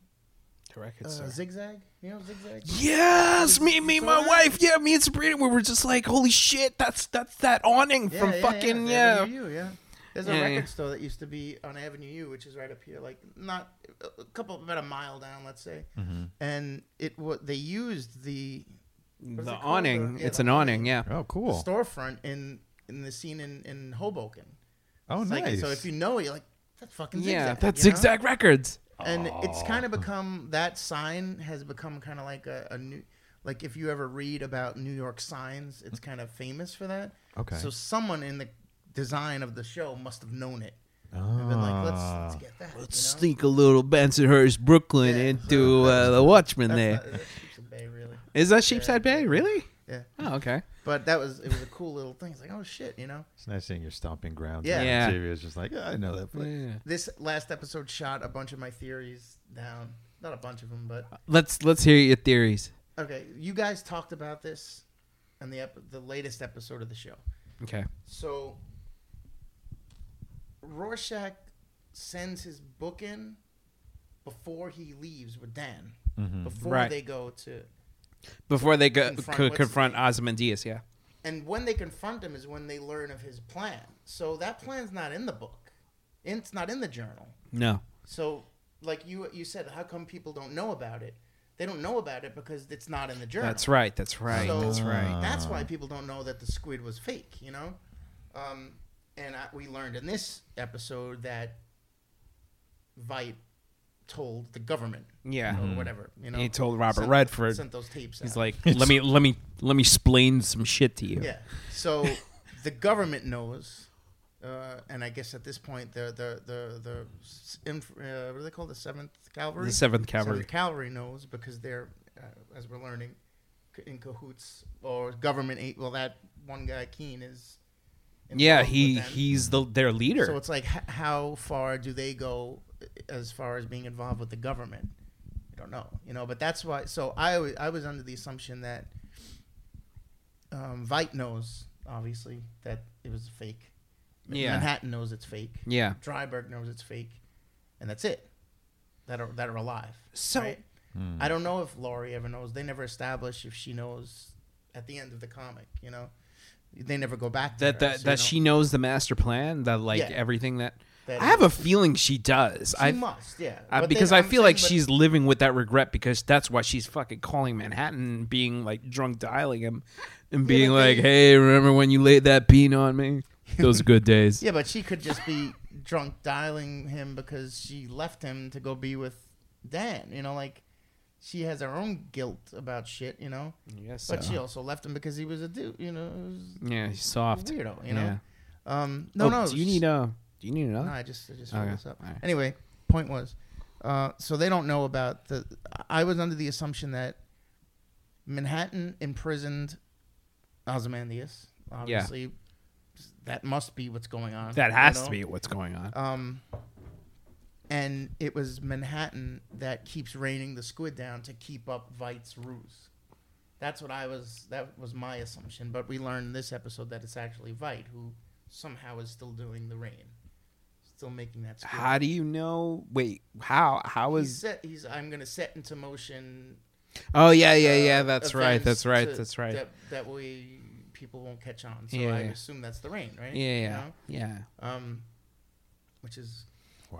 uh, zigzag, you know, zigzag.
Yes, me, me,
saw
my
that?
wife. Yeah, me and Sabrina. We were just like, holy shit, that's that's that awning
Yeah,
from
yeah,
fucking
yeah.
yeah.
Avenue U, yeah. There's a
Yeah,
record
yeah.
store that used to be on Avenue U, which is right up here, like not a couple about a mile down, let's say.
Mm-hmm.
And it wa they used the
The
it called?
awning.
The- yeah,
it's
the
an awning. Yeah.
Oh
the
cool.
storefront in in the scene in in Hoboken.
Oh
It's like-
nice.
so if you know it, you're like that's fucking zigzag.
Yeah, that's
you know?
Zigzag Records.
and it's kind of become that sign has become kind of like a, a new like if you ever read about new york signs it's kind of famous for that
Mm. Okay.
so someone in the design of the show must have known it and been like let's,
Ah.
let's get that
Let's
you know?
sneak a little Bensonhurst, Brooklyn
Yeah.
into uh, the Watchmen
That's
there.
not- that's Sheepshead Bay, really
Is that Sheepshead Bay? Really?
yeah
Oh, okay.
but that was it was a cool little thing it's like oh shit you know
it's nice seeing your stomping ground.
Yeah.
Yeah.
TV is just like, yeah, I know that place.
Yeah.
this last episode shot a bunch of my theories down not a bunch of them but
Let's let's hear your theories.
okay you guys talked about this on the ep- the latest episode of the show
Okay.
So Rorschach sends his book in before he leaves with Dan. Before
Right.
they go to
Before they go
Confront
co-
what's-
confront Ozymandias, yeah.
and when they confront him is when they learn of his plan. So that plan's not in the book. It's not in the journal.
No.
Ah. So like you you said, how come people don't know about it? They don't know about it because it's not in the journal.
That's right. That's right.
So
that's right.
That's why people don't know that the squid was fake, you know? Um, and I, we learned in this episode that Vite told the government
Yeah.
or whatever, you know?
He told Robert
sent-
Redford.
Sent those tapes
He's
out.
like, let me let me let me explain some shit to you.
yeah. So the government knows uh, and I guess at this point the the the the s- inf- uh, what do they call the Seventh Cavalry?
The Seventh Cavalry.
Seventh Cavalry knows because they're uh, as we're learning c- in cahoots or government. a- Well, that one guy Keen is.
Yeah,
involved with
he
them.
he's the their leader.
So it's like, h- how far do they go uh, as far as being involved with the government? I don't know, you know. But that's why. So I wa- I was under the assumption that um, Veit knows obviously that it was fake.
Yeah.
Manhattan knows it's fake.
yeah.
Dryberg knows it's fake, and that's it. That are that are alive.
So-
right? I don't know if Laurie ever knows. They never establish if she knows at the end of the comic. You know, they never go back to
That
her,
that,
so you
that
don't-
she knows the master plan, that like
Yeah.
everything that,
That
I have a feeling she does.
She
I
must, yeah.
uh,
But
because
then
I
I'm
feel like
saying, but-
she's living with that regret because that's why she's fucking calling Manhattan, being like drunk dialing him, and being
but
like,
they-
"Hey, remember when you laid that bean on me? Those are good days."
Yeah, but she could just be drunk dialing him because she left him to go be with Dan. You know, like she has her own guilt about shit. You know,
Yes, uh-huh.
but she also left him because he was a dude. You know, it was
yeah, he's
a
soft.
weirdo. You know.
Yeah.
Um, no,
Oh,
no.
Do you need a? Do you need
No,
another?
I just I just filled
Okay,
this up.
alright.
Anyway, point was, uh, so they don't know about the. I was under the assumption that Manhattan imprisoned Ozymandias. Obviously, that must be what's going on.
That
you
has
know?
to be what's going on.
Um, and it was Manhattan that keeps raining the squid down to keep up Veidt's ruse. That's what I was. That was my assumption. But we learned in this episode that it's actually Veidt who somehow is still doing the rain, still making that squid.
How do you know? Wait, how? How
he's,
is?
set, he's I'm going to set into motion.
Oh yeah, yeah, yeah.
uh,
That's right.
events
That's right.
to-
That's right.
That, that way people won't catch on. So
Yeah,
I
yeah.
assume that's the rain, right?
yeah,
You
yeah,
know?
yeah.
Um, which is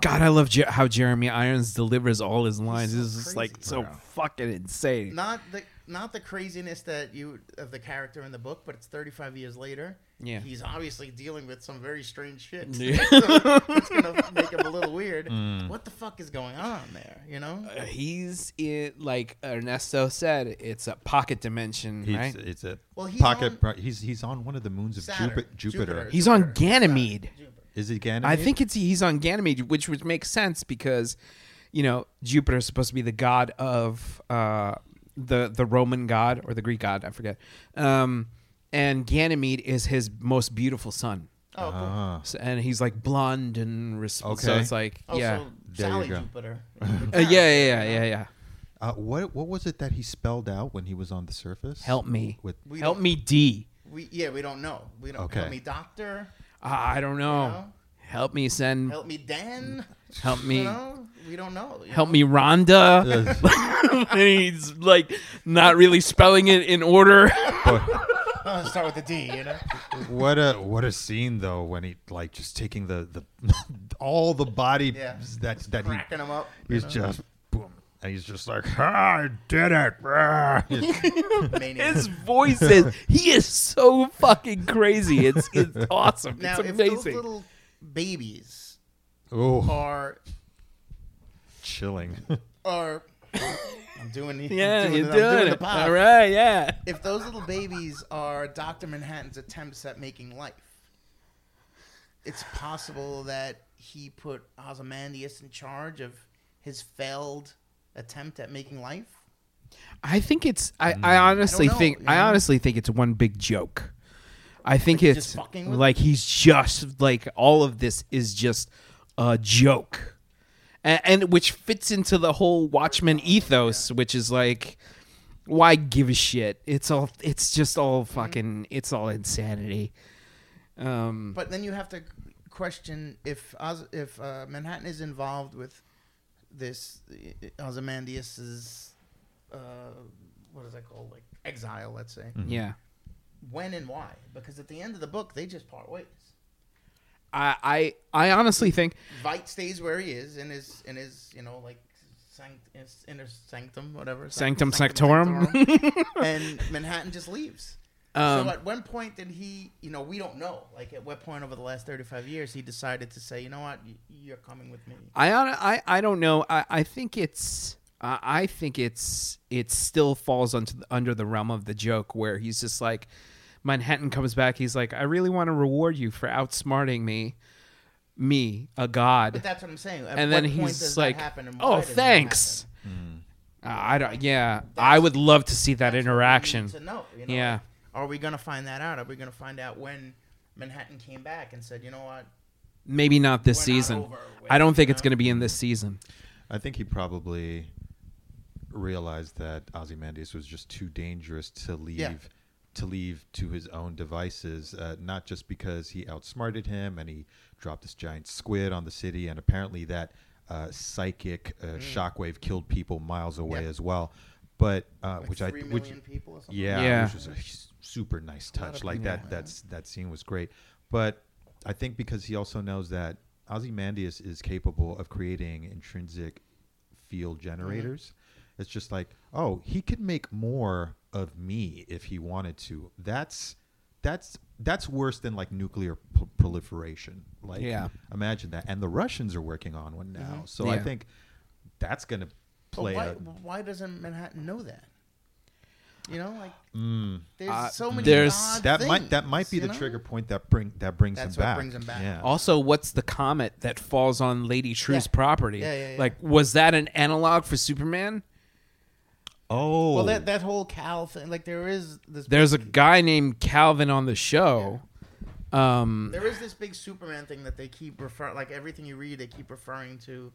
God, I love Jer- how Jeremy Irons delivers all his lines.
so
This is just, like
crazy.
so fucking insane.
not the not the craziness that you of the character in the book, but it's 35 years later.
Yeah.
he's obviously dealing with some very strange shit.
Yeah.
so it's gonna make him a little weird. What the fuck is going on there? You know,
Uh, he's in, like Ernesto said, it's a pocket dimension,
He's,
right?
It's a
Well, he's
pocket.
on-
pro- he's he's on one of the moons of
Saturn.
Jupi- Jupiter.
Jupiter.
he's on
Jupiter.
Ganymede.
Jupiter.
Is it Ganymede?
I think it's he's on Ganymede, which would make sense because, you know, Jupiter is supposed to be the god of uh, the the Roman god or the Greek god, I forget. Um, and Ganymede is his most beautiful son,
Oh, cool.
Ah.
so, and he's like blonde and responsive. So
Okay.
it's like,
oh,
yeah,
so
There you
Sally
go.
Jupiter.
Uh, yeah, yeah, yeah, yeah, yeah.
Uh, what what was it that he spelled out when he was on the surface?
Help me,
With
We
help
don't-
me, D.
We yeah, we don't know. We don't
Okay.
help me, doctor.
I I don't know.
know?
Help me send. Help,
Help me, Dan.
Mm. me.
You know, we don't know. you
Help
know?
me, Rhonda.
Uh,
and he's like not really spelling it in order.
but
Uh, start with the D. You know.
what a what a scene though when he like just taking the the all the body
Yeah.
that that he
Cracking him up. you
he's
know?
just boom and he's just like ah, I did it. Ah."
Maniac.
His voice is he is so fucking crazy. It's it's awesome.
Now,
it's
if those
amazing.
little babies
oh,
are
chilling.
are I'm doing the
yeah,
I'm doing
you're
it,
doing,
I'm doing
it.
the pop.
All right, yeah.
If those little babies are Doctor Manhattan's attempts at making life, it's possible that he put Ozymandias in charge of his failed attempt at making life.
I think it's. I, I honestly
I don't know,
think.
you
I
know?
honestly think it's one big joke. I think
he's
it's
just fucking with-
like he's just like all of this is just a joke, and, and which fits into the whole Watchmen ethos, which is like, why give a shit? It's all. It's just
Mm-hmm.
all fucking. It's all insanity. Um.
But then you have to question if Oz, if uh, Manhattan is involved with this uh, Ozymandias's uh, what is that called like exile, let's say.
Yeah.
when and why because at the end of the book they just part ways
I. I. I honestly think.
Vite stays where he is in his in his you know like sanct- his inner sanctum whatever
Sanctum sanctorum.
sanctorum. and Manhattan just leaves
Um,
so at what point did he you know we don't know like at what point over the last 35 years he decided to say you know what Y- you're coming with me
I hon- I I don't know. I I think it's I I think it's it still falls under the, under the realm of the joke where he's just like Manhattan comes back. He's like, I really want to reward you for outsmarting me, me, a god.
But that's what I'm saying. At
and
what
then
point
he's
does that
like,
happen and why
"Oh,
does it
thanks." Uh, I don't. Yeah, I would love to see that
happen? That's what we need
interaction.
To know, you know?
Yeah.
Are we gonna find that out? Are we gonna find out when Manhattan came back and said, you know what?
Maybe not this
We're not
season.
over with,
I don't think
you
it's
know?
going to be in this season.
I think he probably realized that Ozymandias was just too dangerous to leave
Yeah.
to leave to his own devices. Uh, not just because he outsmarted him and he dropped this giant squid on the city, and apparently that uh, psychic uh, shockwave killed people miles away
Mm. Yeah.
as well. But uh,
Like
which I
three
which
million people or something.
yeah,
Yeah.
which was a s- super nice touch.
of
Like
people,
that,
yeah.
that's that scene was great. But I think because he also knows that Ozymandias is capable of creating intrinsic field
Mm-hmm.
generators, it's just like, oh, he could make more of me if he wanted to. That's that's that's worse than like nuclear p- proliferation. Like,
Yeah.
imagine that. And the Russians are working on one now, so I
Yeah.
think that's gonna
Mm-hmm. But
play.
why,
a-
why doesn't Manhattan know that? You know, like
Mm.
there's
Uh,
so many.
there's-
odd
that might that
things,
might be
you
the
know?
trigger point that bring that brings
That's
him
what
back.
brings him back.
Yeah.
Also, what's the comet that falls on Lady True's
Yeah.
property?
Yeah, yeah, yeah.
Like, was that an analog for Superman?
Oh,
Well, that that whole Cal thing, like there is this.
There's a
big,
guy named Calvin on the show. Um,
there is this big Superman thing that they keep refer like everything you read, they keep referring to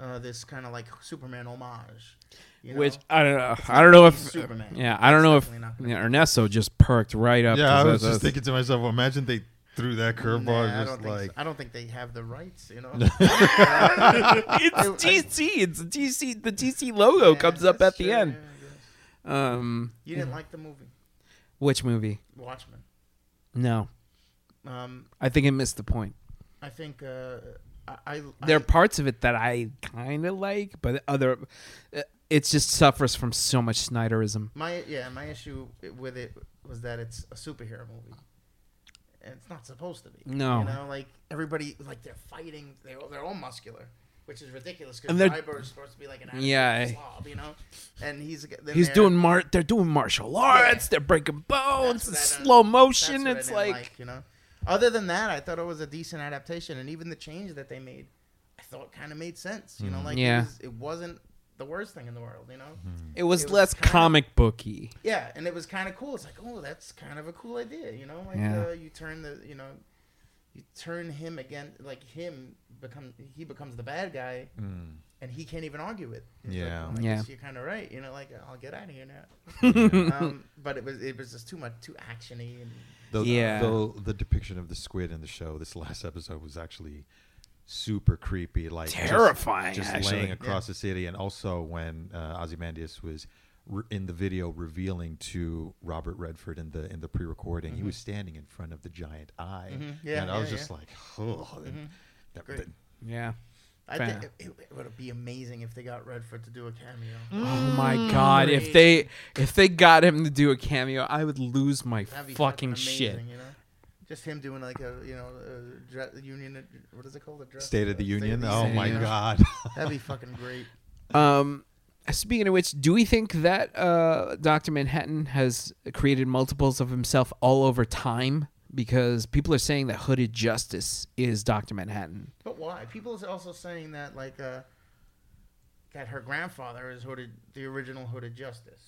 uh, this kind of like Superman homage. You know?
which I don't know. I don't know if
Superman.
Yeah, I don't know if
definitely not gonna
yeah, Ernesto just perked right up.
yeah. I
'cause
was
that's-
just thinking to myself, well, imagine they threw that curveball
Nah, I
and
don't think
just
so.
like
I don't think they have the rights. You know,
it's DC. It's DC. The DC logo
Yeah,
comes up
that's
at the
true,
end.
yeah, I guess.
Um,
You didn't like the movie
which movie?
Watchmen.
No,
Um,
I think it missed the point.
I think uh, I, I
There are
I-
parts of it that I kind of like, but other, uh, it just suffers from so much Snyderism.
my yeah my issue with it was that it's a superhero movie. And it's not supposed to be.
No.
you know, like everybody like they're fighting. They're they're all muscular, which is ridiculous because
And they're-
Cyborg is supposed to be like an
Yeah. eh.
yeah slob, you know, and he's then
He's
they're-
doing mar. They're doing martial arts.
Yeah.
They're breaking bones.
That's
It's
what I don't-
slow
that's
motion.
what I
It's
didn't
like,
you know. Other than that, I thought it was a decent adaptation, and even the change that they made, I thought kind of made sense. You know, like
Yeah.
it, was, it wasn't the worst thing in the world. You know,
it was,
It was
less
kinda-
comic booky.
yeah, and it was kind of cool. It's like, oh, that's kind of a cool idea. You know, like
Yeah.
uh, you turn the, you know, you turn him again, like him become he becomes the bad guy, and he can't even argue it. It's like,
Mm. Yeah.
well, I
Yeah.
guess you're kind of right. You know, like I'll get out of here now. um, but it was it was just too much, too actiony. And,
the,
Yeah.
the the depiction of the squid in the show. This last episode was actually super creepy, like just-
Terrifying,
just,
actually.
laying across the city. And also when uh, Ozymandias was re- in the video revealing to Robert Redford in the in the pre-recording, he was standing in front of the giant eye,
Mm-hmm. Yeah,
and I
yeah,
was just
yeah. Mm-hmm.
like, oh. That,
Great.
that-
Yeah.
I
Fair.
think it, it, would be amazing if they got Redford to do a cameo.
Oh my
Mm.
god! If they if they got him to do a cameo, I would lose my
That'd be
fucking,
amazing,
shit.
You know? Just him doing like a you know a dre- union. What is it called? A dress,
State of the
uh,
Union.
the
Oh
Union.
my
You know?
God!
That'd be fucking great.
Um, speaking of which, do we think that uh, Doctor Manhattan has created multiples of himself all over time? Because people are saying that Hooded Justice is Doctor Manhattan.
But why? People is also saying that like uh, that her grandfather is hooded, the original hooded justice.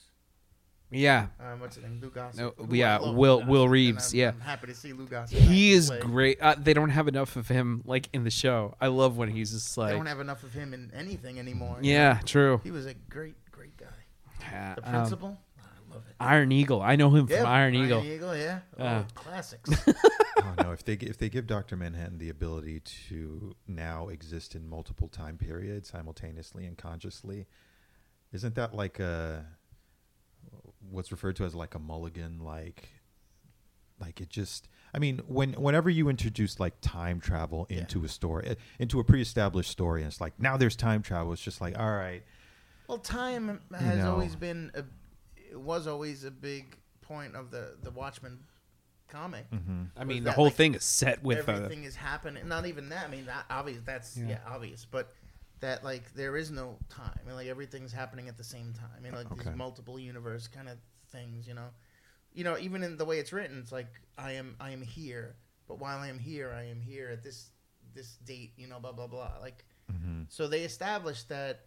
Yeah,
Um, what's his name? Lou Gossett.
No,
who I
yeah,
love, Lou
Will- Will
Gossett, and
Reeves,
I'm-
yeah.
I'm happy to see Lou Gossett.
he
back
is
play.
great. Uh, they don't have enough of him, like in the show. I love when he's just
They
like,
don't have enough of him in anything anymore.
yeah, true.
He was a great, great guy.
Yeah,
The
um,
principal. I love it.
Iron Eagle. I know him from Iron Eagle.
yeah. Oh,
Yeah.
classics.
oh no! If they gi- if they give Doctor Manhattan the ability to now exist in multiple time periods simultaneously and consciously, isn't that like a what's referred to as like a mulligan? Like, like it just. I mean, when whenever you introduce like time travel
Yeah.
into a story, eh, into a pre-established story, and it's like now there's time travel. It's just like all right,
well, time has
know.
always been, a, it was always a big point of the the Watchmen comic.
I
Was
mean, the
that,
whole
like,
thing is set with uh, a
Everything is happening. Not even that. I mean, that obvious. That's
Yeah.
yeah. obvious. But that like there is no time. I mean, like everything's happening at the same time. I mean, like
Okay.
these multiple universe kind of things. You know, you know, even in the way it's written, it's like I am I am here, but while I am here, I am here at this this date, you know, blah blah blah. Like so they established that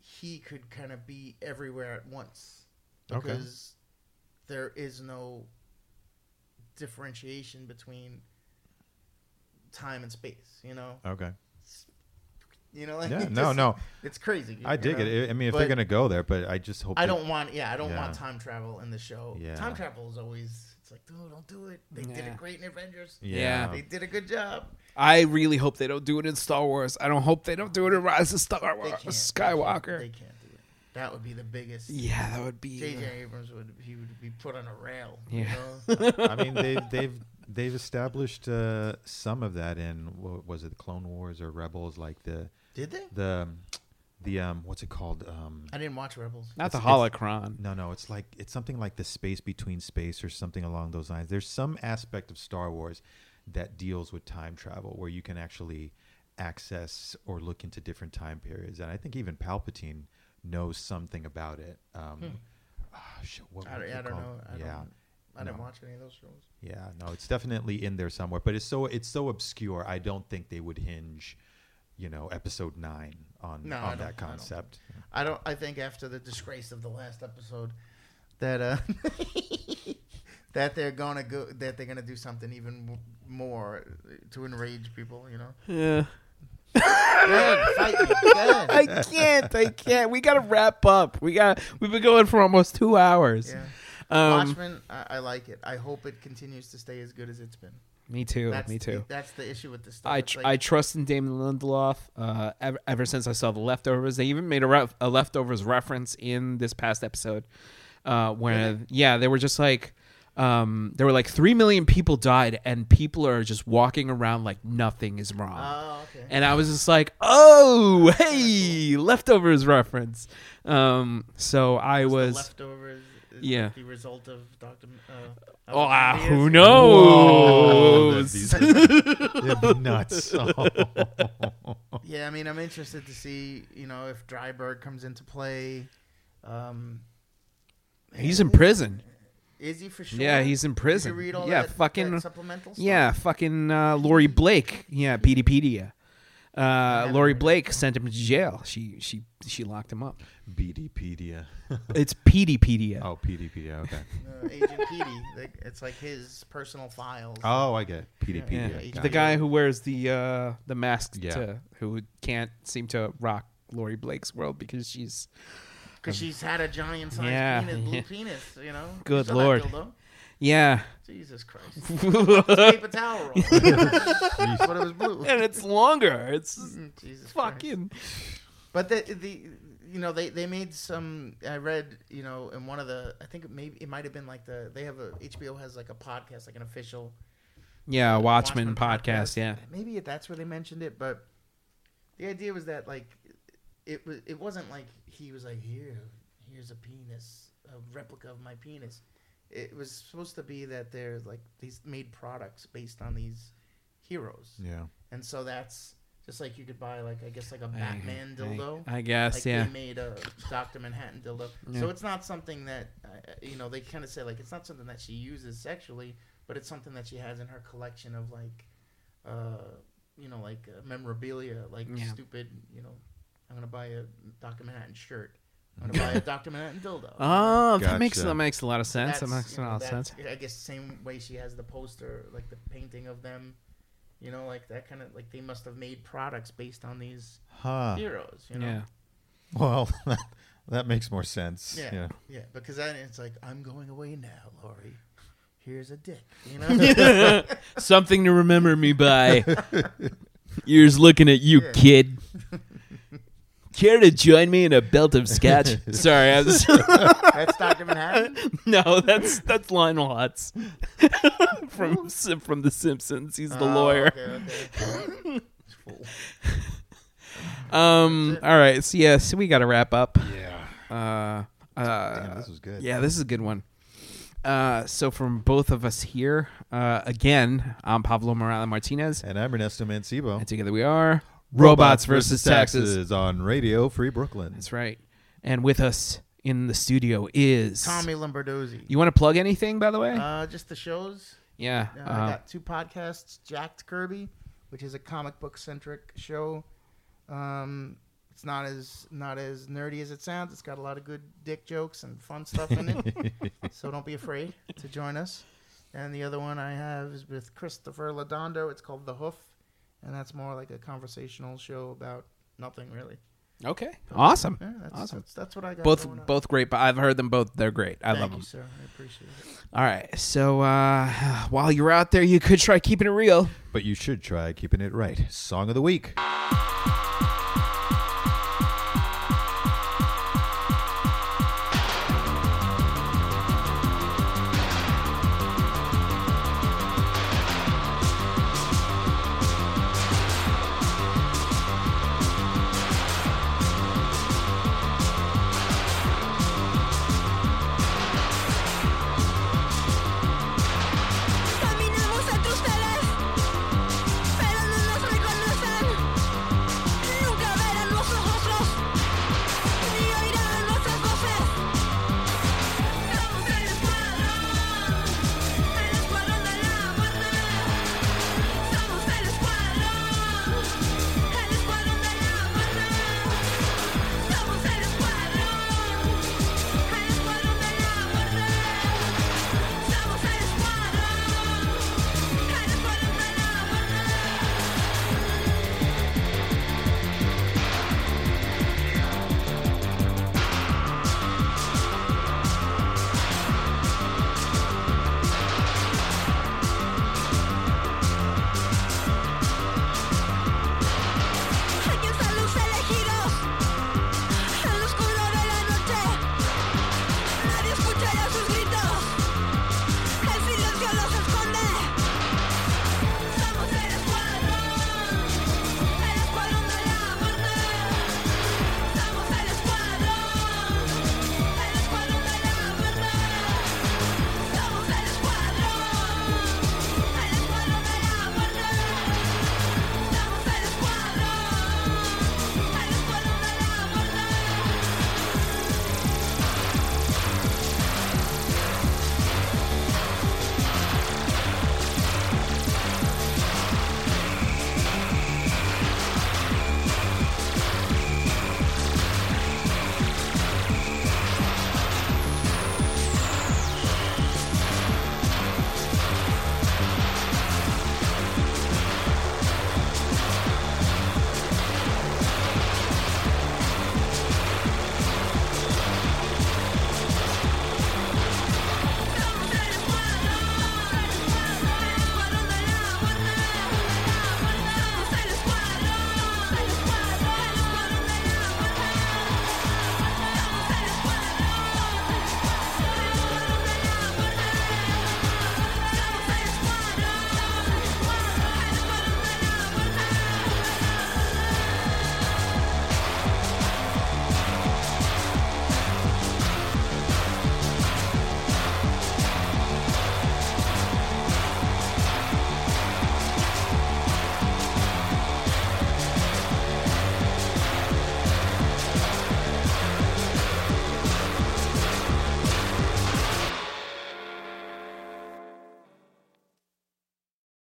he could kind of be everywhere at once
Okay.
because there is no differentiation between time and space, you know.
Okay.
You know, like
Yeah,
it's
no, no.
It's crazy.
I
you
dig
know?
it. I mean, if
But-
they're gonna go there, but I just hope
I
that-
don't want. Yeah, I don't want
Yeah.
time travel in the show.
Yeah.
Time travel is always. It's like, dude, don't do it. They did
Yeah.
it great in Avengers.
Yeah.
They did a good job.
I really hope they don't do it in Star Wars. I don't hope they don't do it in Rise of Star
They
Wars
can't.
Skywalker.
They can't, they can't do it. That would be the biggest.
yeah, that would be. uh,
J.J. Abrams would he would be put on a rail.
Yeah.
You know?
I mean, they've they've they've established uh, some of that in what was it, Clone Wars or Rebels, like the
did they?
the the um, what's it called? Um,
I didn't watch Rebels.
Not the
It's- it's-
holocron.
no, no, it's like it's something like the space between space or something along those lines. There's some aspect of Star Wars that deals with time travel where you can actually access or look into different time periods, and I think even Palpatine knows something about it. Um, ah, shit, what,
Hmm. I,
was
don't-
it
I don't
called?
know. I
yeah.
Don't, I didn't
no.
watch any of those shows.
Yeah, no, it's definitely in there somewhere, but it's so it's so obscure. I don't think they would hinge, you know, episode nine on
No, I
on
don't-
that
I don't.
concept.
I don't. I think after the disgrace of the last episode, that uh, that they're gonna go. That they're gonna do something even w- more to enrage people. You know.
Yeah.
Go ahead, fight me. Go ahead.
I can't. I can't. We gotta wrap up. We got. We've been going for almost two hours.
Yeah.
Um,
Watchmen, I, I like it. I hope it continues to stay as good as it's been.
me too.
That's
Me
The,
too.
that's the issue with this stuff.
I
It's
tr-
like,
I trust in Damon Lindelof. Uh, ever, ever since I saw the leftovers, they even made a, ref- a leftovers reference in this past episode. Uh, where yeah, they were just like, um, there were like three million people died, and people are just walking around like nothing is wrong.
Oh, okay.
And I was just like, oh, hey, leftovers reference. Um, so I
The
was.
leftovers. is
Yeah.
The result of Doctor. M- Uh,
Oh, ah,
Octavius?
who Oh,
Whoa,
knows?
these- It'd be nuts. Oh.
Yeah, I mean, I'm interested to see you know if Dryberg comes into play. Um,
He's in prison.
is he for sure?
Yeah, he's in prison.
Did you read all
Yeah,
that,
fucking-
that supplemental. Stuff?
Yeah, fucking uh, Lori Blake. Yeah, PDpedia. Uh,
haven't
Lori
heard of
Blake sent him to jail. She she she locked him up.
BDpedia.
It's PDpedia.
Oh, PDpedia. Okay.
Uh, Agent Petey, like, it's like his personal files.
Oh, I get it.
Yeah.
PDpedia.
Yeah.
The guy who wears the uh, the mask
Yeah.
to, who can't seem to rock Lori Blake's world because she's
Because she's had a giant sized
Yeah,
penis, blue
yeah.
penis, you know?
Good
She's not
lord.
dildo.
yeah.
Jesus Christ.
and
Paper towel roll. but it was blue.
it's longer. It's
Jesus Mm-hmm. Christ.
fucking
But the, the you know they, they made some I read you know in one of the I think it maybe it might have been like the they have a HBO has like a podcast like an official
yeah.
Watchmen
Watchmen, podcast. Yeah.
Maybe that's where they mentioned it, but the idea was that like it was it wasn't like he was like here here's a penis a replica of my penis. It was supposed to be that they're like these made products based on these heroes,
Yeah.
and so that's just like you could buy like I guess like a
I-
Batman
I-
dildo.
I, guess.
like
yeah.
they made a Doctor Manhattan dildo, so
Yeah.
it's not something that uh, you know they kind of say like it's not something that she uses sexually, but it's something that she has in her collection of like, uh, you know, like uh, memorabilia, like
Yeah.
stupid, you know, I'm gonna buy a Doctor Manhattan shirt, I'm gonna buy a Doctor Manhattan dildo.
Oh, that makes
Gotcha.
that makes a lot of sense. That
That's,
makes
you
a
know,
lot of
that's-
sense.
I guess same way she has the poster, like the painting of them, you know, like that kind of like they must have made products based on these
Huh.
heroes, you know.
Yeah.
Well, that makes more sense.
Yeah.
Yeah.
Yeah, because then it's like, I'm going away now, Lori. Here's a dick. You know?
Something to remember me by. Ears looking at you,
Yeah.
kid. Care to join me in a belt of scotch? Sorry, I was
That's Dr. Manhattan.
no. That's that's Lionel Hutz from Sim- from The Simpsons. He's the
Oh,
lawyer.
okay, okay. Fool.
Um. All right. So yeah. So we got to wrap up.
Yeah.
Uh.
Damn,
Uh.
this was good.
Yeah. This is a good one. Uh. So from both of us here, uh, again, I'm Pablo Morales Martinez.
And I'm Ernesto Mancibo.
And together we are Robots, versus, taxes.
on Radio Free Brooklyn.
That's right. And with us in the studio is
Tommy Lombardozzi.
You want to plug anything, by the way?
Uh, just the shows.
yeah.
Uh, I
uh,
got two podcasts: Jacked Kirby, which is a comic book centric show. Um, it's not as not as nerdy as it sounds. It's got a lot of good dick jokes and fun stuff in it. so don't be afraid to join us. And the other one I have is with Christopher Ladondo. It's called The Hoof, and that's more like a conversational show about nothing really.
uh, okay. Awesome.
Yeah, that's,
awesome.
That's, that's what I got.
Both
going on.
both great, but I've heard them both. They're great. I
Thank
love
you,
them.
sir. I appreciate it.
All right. So uh, while you're out there, you could try keeping it real.
But you should try keeping it right. Song of the week.